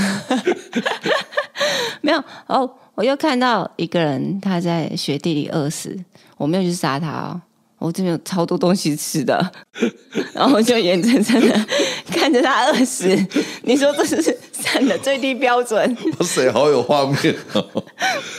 没有哦，我又看到一个人他在雪地里饿死，我没有去杀他哦，我这边有超多东西吃 的，然后我就眼睁睁的 看着他饿死。你说这是善的最低标准，哇塞，好有画面 哦！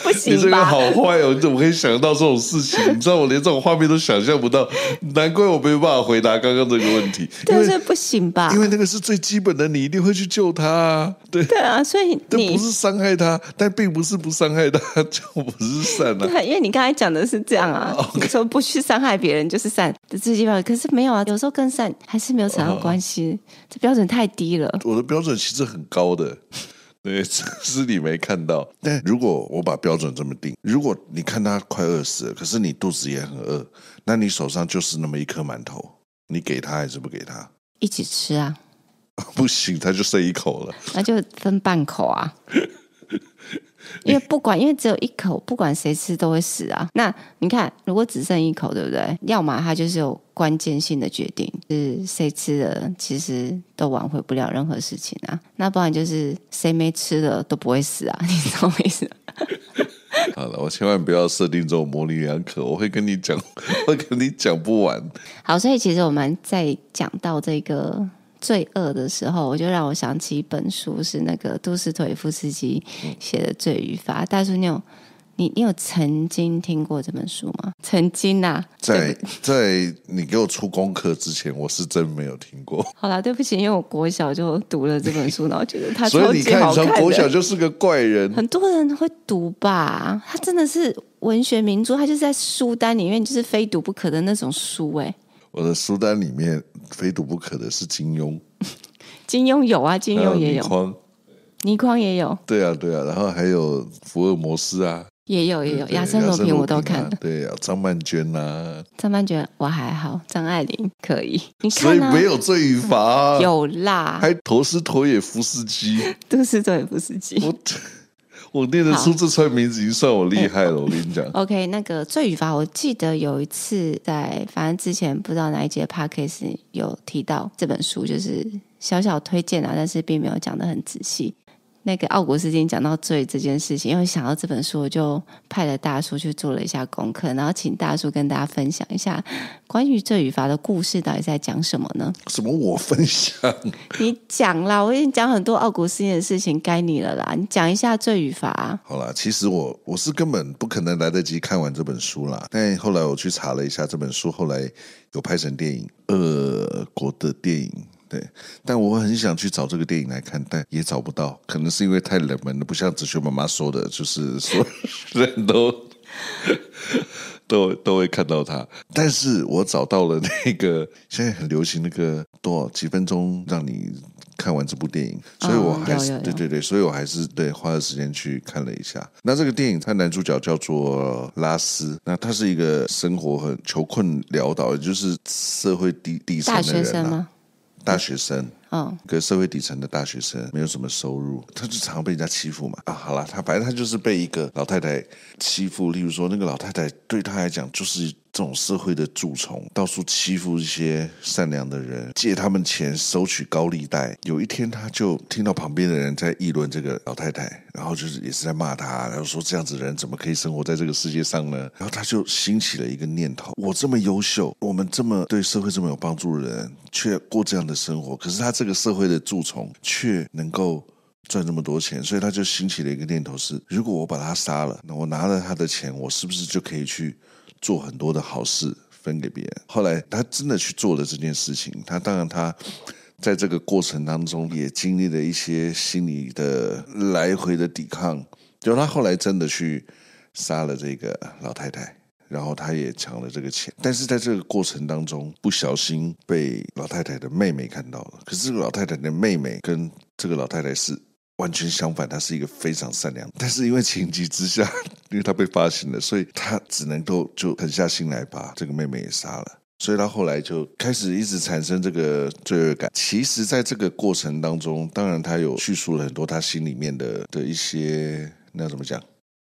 不你这行个吧好？坏哦，你怎么可以想到这种事情？你知道我连这种画面都想象不到，难怪我没有办法回答刚刚这个问题，因对，为这不行吧因？为那个是最基本的，你一定会去救他、啊，对。对啊，所以这不你是伤害他，但并不是不伤害他，就不是善啊。 对，因为你刚才讲的是这样啊，你说不去伤害别人就是善的最低标准，可是没有啊，有时候跟善还是没有扯上关系，这标准太低了。我的标准其实很高的，对，只是你没看到。但如果我把标准这么定，如果你看他快饿死了，可是你肚子也很饿，那你手上就是那么一颗馒头，你给他还是不给他？ 一起吃啊，不行，他就剩一口了。那就分半口啊。因为不管，因为只有一口，不管谁吃都会死啊。那你看，如果只剩一口，对不对？要么它就是有关键性的决定，就是谁吃了，其实都挽回不了任何事情啊。那不然就是谁没吃的都不会死啊，你 懂我意思吗？好了，我千万不要设定这种模棱两可，我会跟你讲， 我会跟你讲不完。好，所以其实我们在讲到这个罪恶的时候，我就让我想起一本书，是那个杜斯妥耶夫斯基写的《罪与罚》。大叔，你有你你有曾经听过这本书吗？曾经啊呐、在在你给我出功课之前，我是真没有听过。好啦，对不起，因为我国小就读了这本书，然后觉得它 所超以你级看，好你从看国小的。就是个怪人，很多人会读吧，它真的是文学名著，它就是在书单里面就是非读不可的那种书、哎，我的书单里面非读不可的是金庸，金庸有啊，金还庸也倪有，匡，倪匡也有，对啊对啊，然后还有福尔摩斯啊，也有也有，对亚森罗平我都啊看了。对啊，张曼娟啊，张曼娟我还好，张爱玲可以，你所以看啊，没有罪与罚啊，有啦，还陀思妥也夫斯 基，都是对不是基。我 我念得出这串名字已经算我厉害了，我跟你讲， OK，那个《罪与罚》，我记得有一次在，反正之前不知道哪一节 podcast 有提到这本书，就是小小推荐啊，但是并没有讲的很仔细。那个奥古斯丁讲到罪这件事情，因为想到这本书，我就派了大叔去做了一下功课，然后请大叔跟大家分享一下关于罪与罚的故事到底在讲什么呢？什么我分享，你讲啦，我已经讲很多奥古斯丁的事情，该你了啦。你讲一下罪与罚、好啦，其实我我是根本不可能来得及看完这本书啦。但后来我去查了一下，这本书后来有拍成电影，俄国的电影。对，但我很想去找这个电影来看，但也找不到，可能是因为太冷门了，不像子萱妈妈说的，就是所有人都 都都会看到它。但是我找到了那个现在很流行那个多少几分钟让你看完这部电影，所以我哦还是、有有有对对对，所以我还是对花了时间去看了一下。那这个电影，它男主角叫做拉斯，那他是一个生活很穷困潦倒，也就是社会底底层大的学人、生啊，吗？大学生。哦，一个社会底层的大学生，没有什么收入，他就常被人家欺负嘛。啊，好啦，他反正他就是被一个老太太欺负，例如说那个老太太对他来讲就是这种社会的蛀虫，到处欺负一些善良的人，借他们钱收取高利贷。有一天，他就听到旁边的人在议论这个老太太，然后就是也是在骂她，然后说这样子的人怎么可以生活在这个世界上呢？然后他就兴起了一个念头：我这么优秀，我们这么对社会这么有帮助的人，却过这样的生活，可是他这个社会的蛀虫却能够。赚这么多钱，所以他就兴起了一个念头是：如果我把他杀了，那我拿了他的钱，我是不是就可以去做很多的好事分给别人？后来他真的去做了这件事情，他当然他。在这个过程当中，也经历了一些心理的来回的抵抗。就他后来真的去杀了这个老太太，然后他也抢了这个钱，但是在这个过程当中，不小心被老太太的妹妹看到了。可是这个老太太的妹妹跟这个老太太是完全相反，她是一个非常善良，但是因为情急之下， 因为她被发现了，所以她只能够就狠下心来把这个妹妹也杀了。所以他后来就开始一直产生这个罪恶感。其实，在这个过程当中，当然他有叙述了很多他心里面的的一些，那要怎么讲？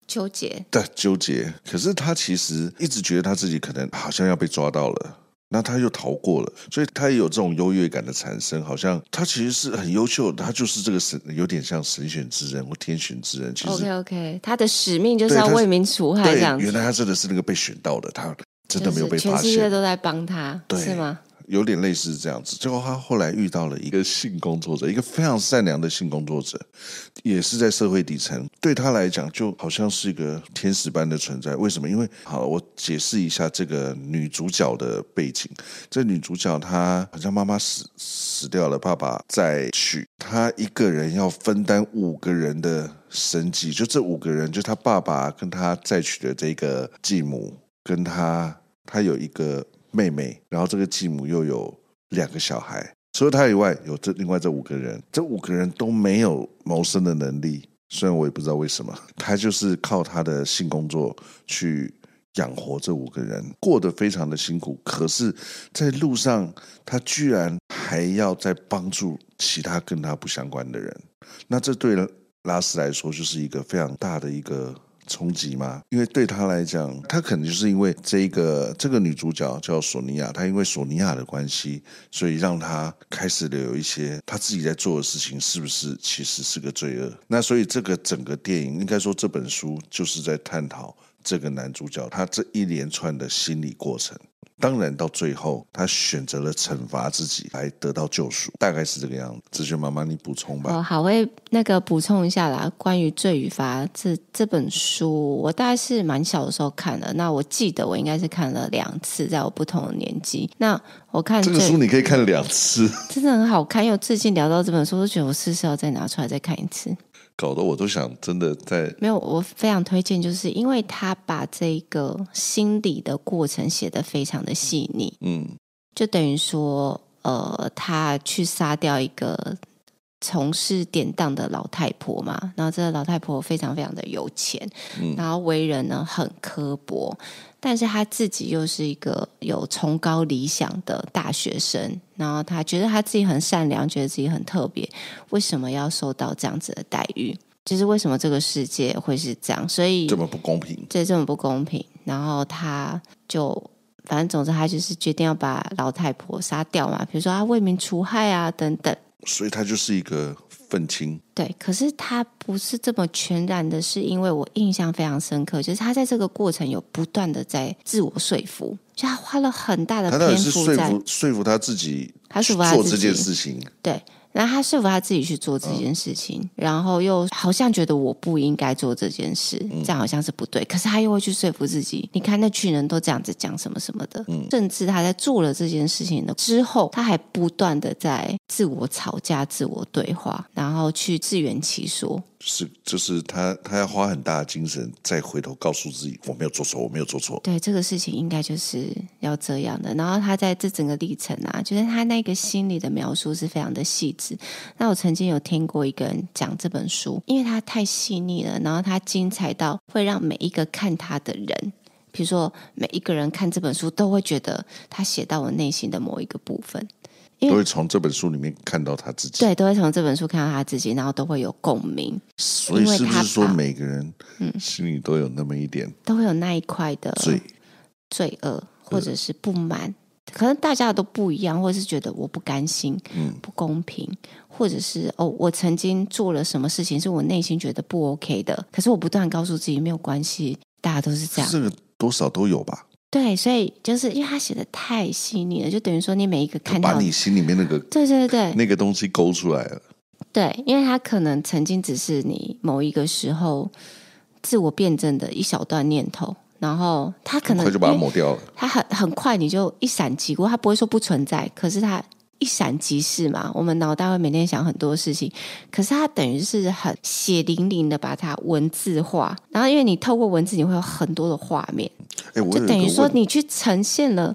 纠结，的纠结。可是他其实一直觉得他自己可能好像要被抓到了。那他又逃过了，所以他也有这种优越感的产生，好像他其实是很优秀的，他就是这个神，有点像神选之人或天选之人。其实 OK OK，他的使命就是对要他是为民除害，对这样，子，原来他真的是那个被选到的，他真的没有被就是全发世界现。都在帮他，对是吗？有点类似这样子。结果他后来遇到了一个性工作者，一个非常善良的性工作者，也是在社会底层，对他来讲就好像是一个天使般的存在。为什么？因为好，我解释一下这个女主角的背景。这女主角她好像妈妈死死掉了，爸爸再娶，她一个人要分担五个人的生计，就这五个人，就她爸爸跟她再娶的这个继母，跟她她有一个妹妹，然后这个继母又有两个小孩，除了她以外，有这另外这五个人，这五个人都没有谋生的能力。虽然我也不知道为什么，她就是靠她的性工作去养活这五个人，过得非常的辛苦。可是，在路上，她居然还要再帮助其他跟她不相关的人，那这对拉斯来说就是一个非常大的一个冲击嘛，因为对他来讲，他可能就是因为这个这个女主角叫索尼娅，她因为索尼娅的关系，所以让他开始的有一些他自己在做的事情，是不是其实是个罪恶？那所以这个整个电影，应该说这本书就是在探讨这个男主角他这一连串的心理过程。当然，到最后他选择了惩罚自己来得到救赎，大概是这个样子。子轩妈妈，你补充吧。哦，好，我也那个补充一下啦，关于《罪与罚》这这本书，我大概是蛮小的时候看的，那我记得我应该是看了两次，在我不同的年纪。那我看这个罪书你可以看两次， 真的很好看，因为我最近聊到这本书，我觉得我是不是要再拿出来再看一次？搞得我都想真的在没有，我非常推荐，就是因为他把这个心理的过程写得非常的细腻，嗯就等于说，呃，他去杀掉一个从事典当的老太婆嘛，然后这个老太婆非常非常的有钱，嗯然后为人呢很刻薄，但是他自己又是一个有崇高理想的大学生，然后他觉得他自己很善良，觉得自己很特别，为什么要受到这样子的待遇？就是为什么这个世界会是这样？所以这么不公平，这这么不公平。然后他就反正总之他就是决定要把老太婆杀掉嘛，比如说他为民除害啊等等。所以他就是一个愤青，对，可是他不是这么全然的，是因为我印象非常深刻，就是他在这个过程有不断的在自我说服，就他花了很大的他到篇底是幅说在服说服他自己他去说服他做自这件己事情，对，然后他说服他自己去做这件事情，然后又好像觉得我不应该做这件事，这样好像是不对。可是他又会去说服自己，你看那群人都这样子讲什么什么的，甚至他在做了这件事情的之后，他还不断的在自我吵架、自我对话，然后去自圆其说。是就是他他要花很大的精神再回头告诉自己我没有做错，我没有做错，对，这个事情应该就是要这样的。然后他在这整个历程啊，就是他那个心理的描述是非常的细致。那我曾经有听过一个人讲这本书，因为它太细腻了，然后它精彩到会让每一个看它的人。比如说，每一个人看这本书都会觉得他写到我内心的某一个部分，因为都会从这本书里面看到他自己。对，都会从这本书看到他自己，然后都会有共鸣，所以是不因为他嗯是说把每个人心里都有那么一点都会有那一块的罪？罪恶，或嗯者是不满，可能大家都不一样，或者是觉得我不甘心、嗯不公平，或者是哦，我曾经做了什么事情是我内心觉得不 OK 的，可是我不断告诉自己没有关系，大家都是这样。这个多少都有吧，对，所以就是因为他写的太细腻了，就等于说你每一个看到把的，你心里面那个对对对那个东西勾出来了。对，因为他可能曾经只是你某一个时候自我辩证的一小段念头，然后他可能快就把它因为抹掉了。它很很快你就一闪即过，它不会说不存在，可是它一闪即逝嘛。我们脑袋会每天想很多事情，可是它等于是很血淋淋的把它文字化，然后因为你透过文字，你会有很多的画面，哎，我就有一等于个说问，你去呈现了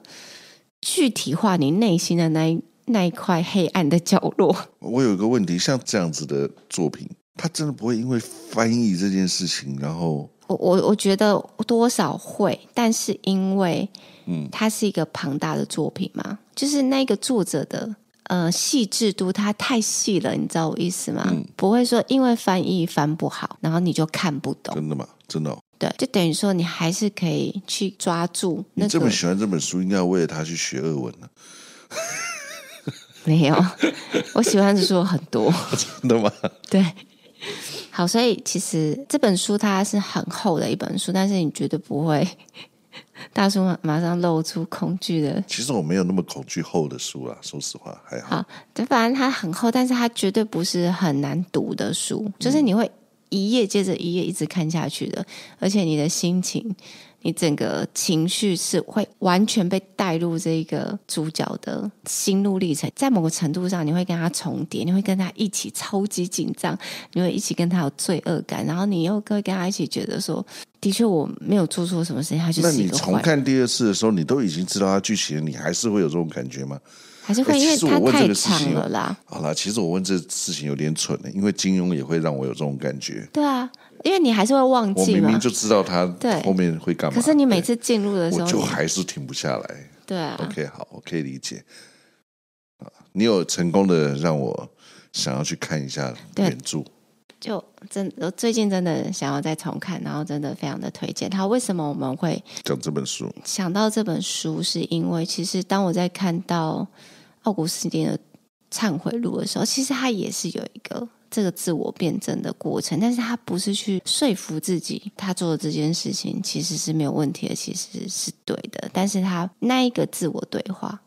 具体化你内心的那一那一块黑暗的角落。我有一个问题，像这样子的作品，他真的不会因为翻译这件事情，然后我我我觉得多少会，但是因为，嗯它是一个庞大的作品嘛，就是那个作者的呃细致度，它太细了，你知道我意思吗？嗯不会说因为翻译翻不好，然后你就看不懂，真的吗？真的哦、对，就等于说你还是可以去抓住那你这么个喜欢这本书，应该为了他去学俄文 呢、没有，我喜欢的书很多。 真的吗？对，好，所以其实这本书它是很厚的一本书，但是你绝对不会 大叔马马上露出恐惧的。其实我没有那么恐惧厚的书啦，说实话还好。好，对，反正它很厚，但是它绝对不是很难读的书，就是嗯你会一页接着一页一直看下去的，而且你的心情。你整个情绪是会完全被带入这个主角的心路历程，在某个程度上，你会跟他重叠，你会跟他一起超级紧张，你会一起跟他有罪恶感，然后你又会跟他一起觉得说，的确我没有做错什么事情，他就那是一你个重坏人，看第二次的时候，你都已经知道它剧情了，你还是会有这种感觉吗？还是会哎因为其实我他问这太个事长情哦了啦。好啦，其实我问这事情有点蠢了，因为金庸也会让我有这种感觉。对啊，因为你还是会忘我记明嘛。明就知道他对后面会干嘛，可是你每对次进入的时我候，就你还是停不下来。对啊， OK，好，我可以理解。啊，你有成功的让我想要去看一下对原著，就真我最近真的想要再重看，然后真的非常的推荐它。为什么我们会讲这本书。想到这本书？是因为其实当我在看到奥古斯丁的忏悔录的时候，其实他也是有一个。这个自我辩证的过程，但是他不是去说服自己，他做的这件事情其实是没有问题的，其实是对的。但是他那一个自我对话，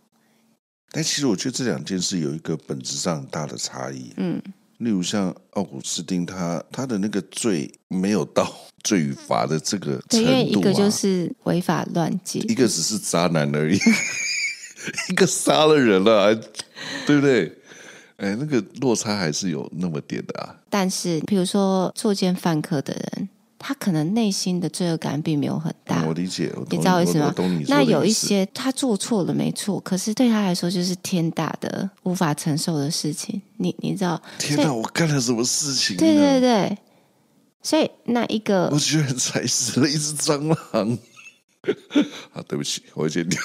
但其实我觉得这两件事有一个本质上很大的差异。嗯，例如像奥古斯丁他他的那个罪没有到 罪与罚的这个对，程因度啊，为一个就是违法乱纪，一个只是渣男而已，一个杀了人了、还对不对？哎，那个落差还是有那么点的啊。但是，比如说作奸犯科的人，他可能内心的罪恶感并没有很大。嗯我理解，我懂你知道我意思我吗懂你？说那的意思有一些他做错了没错，可是对他来说就是天大的无法承受的事情。你你知道？天所以哪，我干了什么事情呢？对对对，所以那一我个居然踩死了一只蟑螂。 啊，对不起，我会剪掉。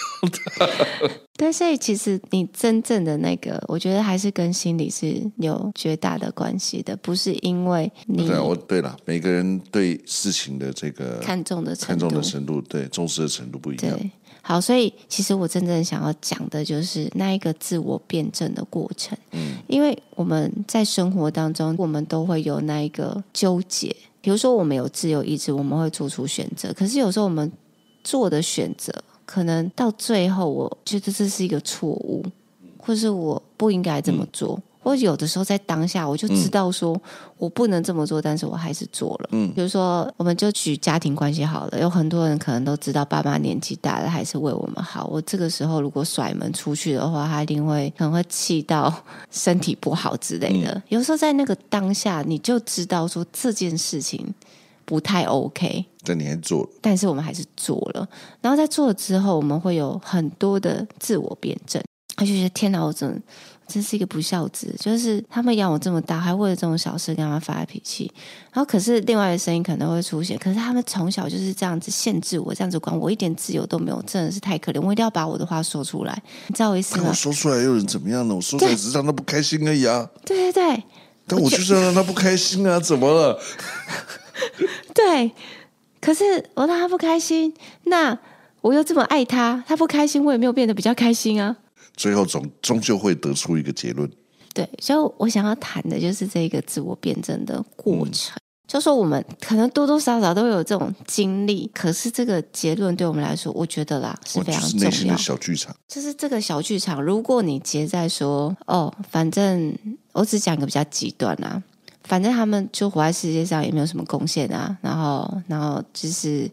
对，所以其实你真正的那个，我觉得还是跟心理是有绝大的关系的，不是因为你对啊，我对了，每个人对事情的这个看重的程看度重的程度，对重视的程度不一样。对，好，所以其实我真正想要讲的就是那一个自我辩证的过程。嗯，因为我们在生活当中，我们都会有那一个纠结。比如说，我们有自由意志，我们会做出选择，可是有时候我们做的选择，可能到最后，我觉得这是一个错误，或是我不应该这么做。嗯或者有的时候在当下，我就知道说我不能这么做，但是我还是做了。嗯，比如说，我们就举家庭关系好了，有很多人可能都知道爸妈年纪大了，还是为我们好。我这个时候如果甩门出去的话，他一定会可能会气到身体不好之类的。有时候在那个当下，你就知道说这件事情不太 OK，但你还做了，但是我们还是做了。然后在做了之后，我们会有很多的自我辩证，他就觉得天哪，我真真是一个不孝子，就是他们养我这么大，还为了这种小事跟他们发脾气。然后可是另外的声音可能会出现，可是他们从小就是这样子限制我，这样子管我，一点自由都没有，真的是太可怜。我一定要把我的话说出来，你知道我意思但我吗？说出来又能怎么样呢？我说出来啊对只是让他不开心而已啊。对对对，但我就是要让他不开心啊，怎么了？对，可是我让他不开心，那我又这么爱他，他不开心，我也没有变得比较开心啊。最后总终究会得出一个结论，对，所以我想要谈的就是这个自我辩证的嗯过程。就说我们可能多多少少都有这种经历，可是这个结论对我们来说，我觉得啦是哇，非就常是重内心要的。小剧场。就是这个小剧场，如果你结在说哦，反正我只讲一个比较极端啊，反正他们就活在世界上也没有什么贡献啊，然后然后就是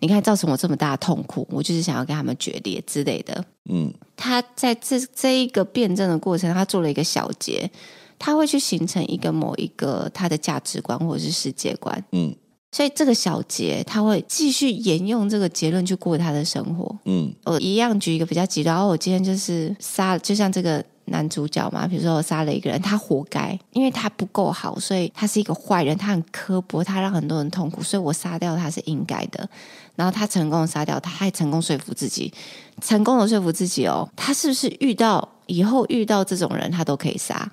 你看造成我这么大的痛苦，我就是想要跟他们决裂之类的。嗯，他在这这一个辩证的过程，他做了一个小结，他会去形成一个某一个他的价值观或者是世界观。嗯所以这个小结，他会继续沿用这个结论去过他的生活。嗯我一样举一个比较极端，哦我今天就是杀，就像这个男主角嘛，比如说我杀了一个人，他活该，因为他不够好，所以他是一个坏人，他很刻薄，他让很多人痛苦，所以我杀掉他是应该的。然后他成功地杀掉他，还成功说服自己，成功的说服自己哦，他是不是遇到以后遇到这种人，他都可以杀？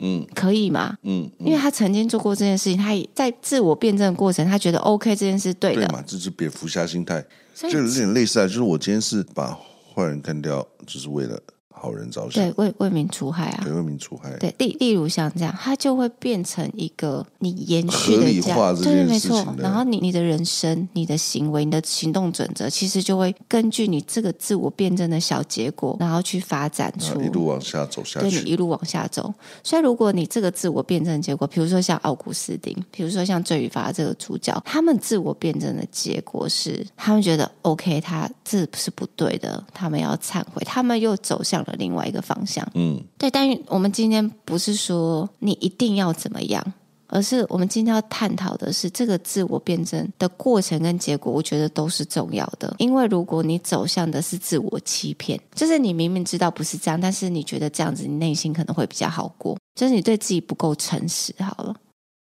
嗯可以吗？嗯，嗯因为他曾经做过这件事情，他也在自我辩证的过程，他觉得 OK 这件事对对的，嘛，这是蝙蝠侠心态，所以就有点类似啊。就是我今天是把坏人干掉，就是为了好人着想对，为为民除害啊对，。为民除害。对，例例如像这样，它就会变成一个你延续合的理价化这对，件没事错情。的然后你你的人生、你的行为、你的行动准则，其实就会根据你这个自我辩证的小结果，然后去发展然出啊后一路往下走下对你去，一路往下走。所以，如果你这个自我辩证结果，比如说像奥古斯丁，比如说像罪与罚这个主角，他们自我辩证的结果是，他们觉得 OK，他这是不对的，他们要忏悔，他们又走向了另外一个方向。嗯，对，但我们今天不是说你一定要怎么样，而是我们今天要探讨的是这个自我辩证的过程跟结果，我觉得都是重要的。因为如果你走向的是自我欺骗，就是你明明知道不是这样，但是你觉得这样子你内心可能会比较好过，就是你对自己不够诚实。好了。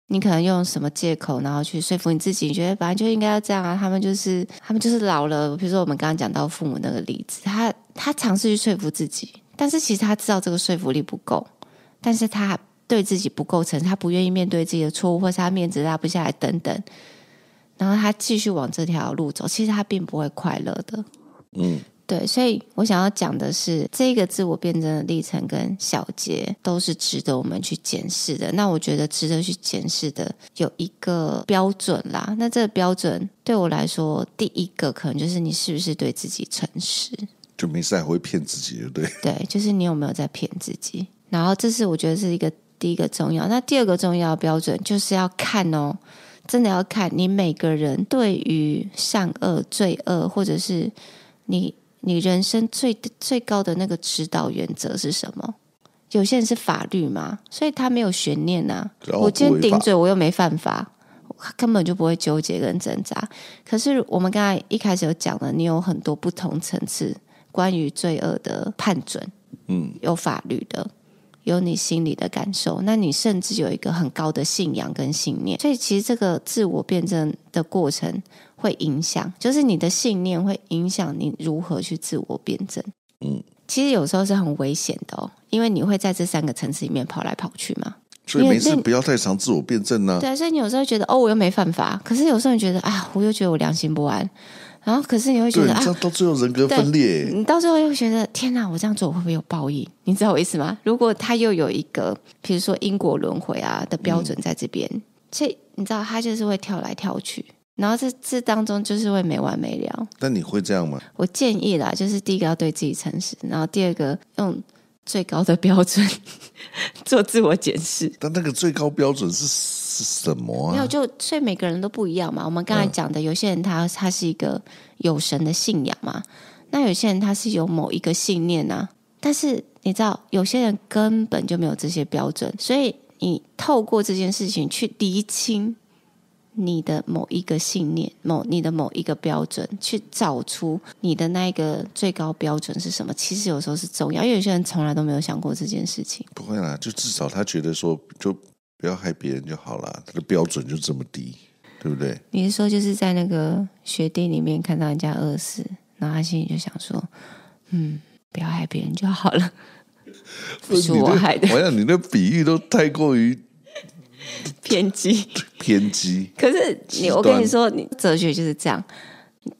你可能用什么借口，然后去说服你自己，你觉得本来就应该要这样啊。他们就是他们就是老了，比如说我们刚刚讲到父母那个例子，他他尝试去说服自己，但是其实他知道这个说服力不够，但是他对自己不够诚实，他不愿意面对自己的错误，或是他面子拉不下来等等。然后他继续往这条路走，其实他并不会快乐的。嗯，对，所以我想要讲的是，这个自我辩证的历程跟小节都是值得我们去检视的。那我觉得值得去检视的有一个标准啦，那这个标准对我来说，第一个可能就是你是不是对自己诚实。就没事还会骗自己，对不对？对，就是你有没有在骗自己。然后这是我觉得是一个第一个重要。那第二个重要的标准就是要看哦，真的要看你每个人对于善恶、罪恶，或者是你你人生最最高的那个指导原则是什么。有些人是法律嘛，所以他没有悬念呐、然后我今不天违顶法，嘴，我又没犯法，啊我根本就不会纠结跟挣扎。可是我们刚才一开始有讲了，你有很多不同层次关于罪恶的判准，嗯，有法律的，有你心里的感受，那你甚至有一个很高的信仰跟信念。所以其实这个自我辩证的过程会影响，就是你的信念会影响你如何去自我辩证。嗯，其实有时候是很危险的哦，因为你会在这三个层次里面跑来跑去嘛。所以因为没事那不要太常自我辩证呢、对啊，所以你有时候觉得哦，我又没犯法，可是有时候你觉得啊，我又觉得我良心不安，然后可是你会觉对，得你啊嗯这，样到最后人格分裂，你到最后又觉得天哪，我这样做我会不会有报应？你知道我意思吗？ 如果他又有一个，比如说因果轮回啊的标准在这边，所以你知道他就是会跳来跳去，然后这这当中就是会没完没了。但你会这样吗？我建议啦，就是第一个要对自己诚实，然后第二个用最高的标准 做自我检视。但那个最高标准是是什么没有，啊？就所以每个人都不一样嘛。我们刚才讲的，有些人他他是一个有神的信仰嘛，那有些人他是有某一个信念啊。但是你知道，有些人根本就没有这些标准，所以你透过这件事情去厘清你的某一个信念、某你的某一个标准，去找出你的那一个最高标准是什么。其实有时候是重要，因为有些人从来都没有想过这件事情。不会啦，就至少他觉得说，就不要害别人就好啦，他的标准就这么低，对不对？你是说就是在那个雪地里面看到人家饿死，然后他心里就想说，嗯，不要害别人就好 了，不是我害的 你那我想你的比喻都太过于偏激。偏激，可是极你，端我跟你说，你哲学就是这样。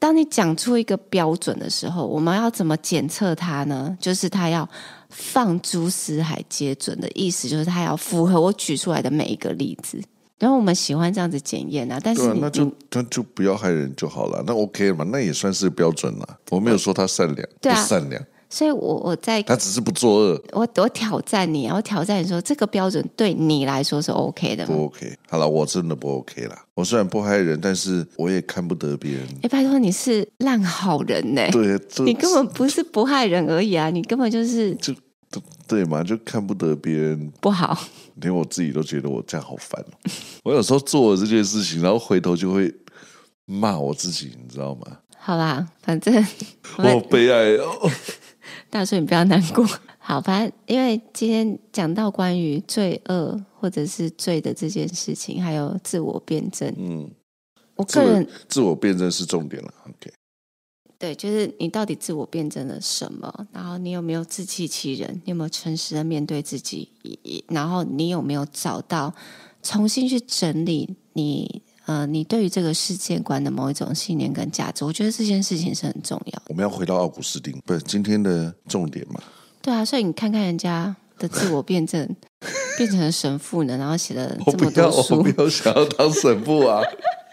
当你讲出一个标准的时候，我们要怎么检测它呢？就是它要放诸四海皆准的意思，就是它要符合我举出来的每一个例子。然后我们喜欢这样子检验啊，但对是啊，你那就那就不要害人就好了，那 OK 了嘛，那也算是标准了。我没有说他善良，对啊不善良，所以我我在他只是不作恶，我我挑战你啊，我挑战你说这个标准对你来说是 OK 的吗？不 OK。好了，我真的不 OK 啦。我虽然不害人，但是我也看不得别人。 哎，拜托你是烂好人呢、对，这你根本不是不害人而已啊，你根本就是就对对嘛，就看不得别人，不好。连我自己都觉得我这样好烦哦、 我有时候做了这件事情，然后回头就会骂我自己，你知道吗？好啦，反正 我好悲哀哦。 大叔你不要难过。好，反正因为今天讲到关于罪恶或者是罪的这件事情，还有自我辩证，嗯，我自个我人自我辩证是重点了。OK，对，就是你到底自我辩证了什么？然后你有没有自欺欺人？你有没有诚实的面对自己？以以然后你有没有找到重新去整理你呃你对于这个世界观的某一种信念跟价值？我觉得这件事情是很重要的。我们要回到奥古斯丁，不是今天的重点嘛？对啊，所以你看看人家的自我辩证变成神父呢，然后写了 我这不么要，多我书不，要想要当神父啊！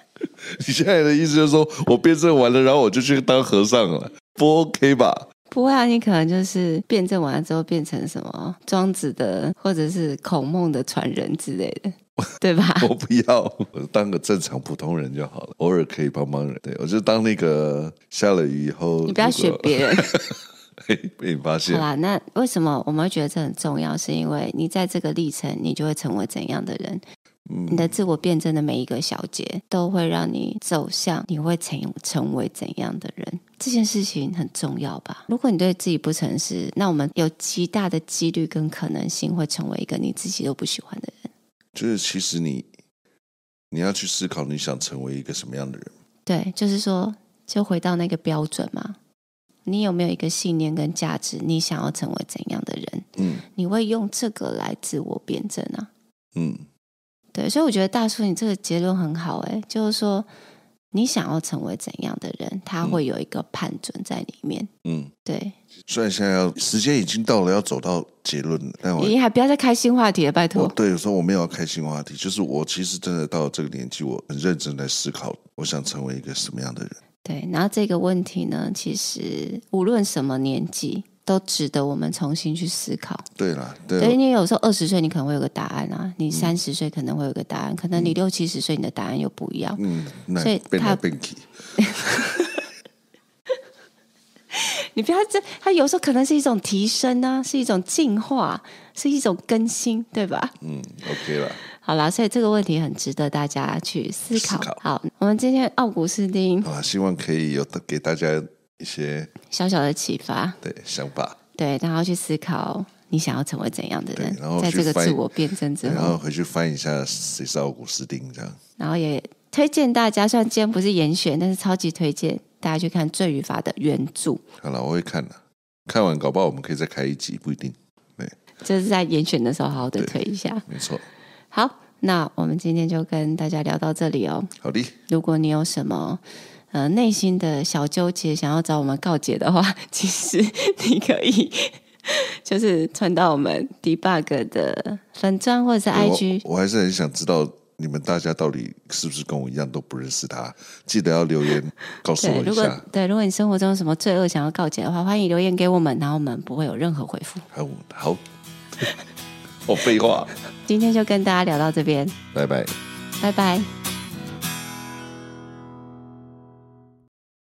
你现在的意思就是说我辩证完了，然后我就去当和尚了，不 OK 吧？ 不会啊，你可能就是辩证完了之后变成什么庄子的或者是孔孟的传人之类的，对吧？我不要，我当个正常普通人就好了，偶尔可以帮帮人。对我就当那个下了雨以后，你不要学别人。人， 被你发现好。啦，那为什么我们会觉得这很重要？是因为你在这个历程，你就会成为怎样的人？你的自我辩证的每一个小节，都会让你走向你会成成为怎样的人。这件事情很重要吧？如果你对自己不诚实，那我们有极大的几率跟可能性会成为一个你自己都不喜欢的人。就是其实你你要去思考你想成为一个什么样的人。对，就是说，就回到那个标准嘛。你有没有一个信念跟价值？你想要成为怎样的人？嗯你会用这个来自我辩证啊？嗯，对，所以我觉得大叔，你这个结论很好、欸，就是说你想要成为怎样的人，他会有一个判准在里面。嗯，对，虽然现在要时间已经到了，要走到结论了，但我你还不要再开新话题了，拜嗯我托。哦对有时候我没有要开新话题，就是我其实真的到了这个年纪，我很认真在思考，我想成为一个什么样的人。对，然后这个问题呢，其实无论什么年纪，都值得我们重新去思考。对啦，对，对，因为有时候二十岁你可能会有个答案啊，嗯你三十岁可能会有个答案，可能你六七十岁你的答案又不一样。嗯，那所以变他来变去，你不要这，它有时候可能是一种提升啊，是一种进化，是一种更新，对吧？嗯，OK 啦，好啦，所以这个问题很值得大家去思考。思考好，我们今天奥古斯丁好啦，希望可以有的给大家一些小小的启发，对想法，对，然后去思考你想要成为怎样的人对然后，在去这个翻自我辩证之然后，后回去翻一下谁是奥古斯丁这样。然后也推荐大家，虽然今天不是严选，但是超级推荐大家去看《罪与罚》的原著，好了，我会看的，看完搞不好我们可以再开一集，不一定，这是在严选的时候好好的对推一下。没错。好，那我们今天就跟大家聊到这里哦。好的，如果你有什么呃内心的小纠结，想要找我们告解的话，其实你可以 就是传到我们 debug 的粉砖或者是 IG。我我还是很想知道你们大家到底是不是跟我一样都不认识他，记得要留言告诉对，我如一果下。对，如果你生活中有什么罪恶想要告解的话，欢迎留言给我们，然后我们不会有任何回复。好，好，我废话，今天就跟大家聊到这边，拜拜。拜拜。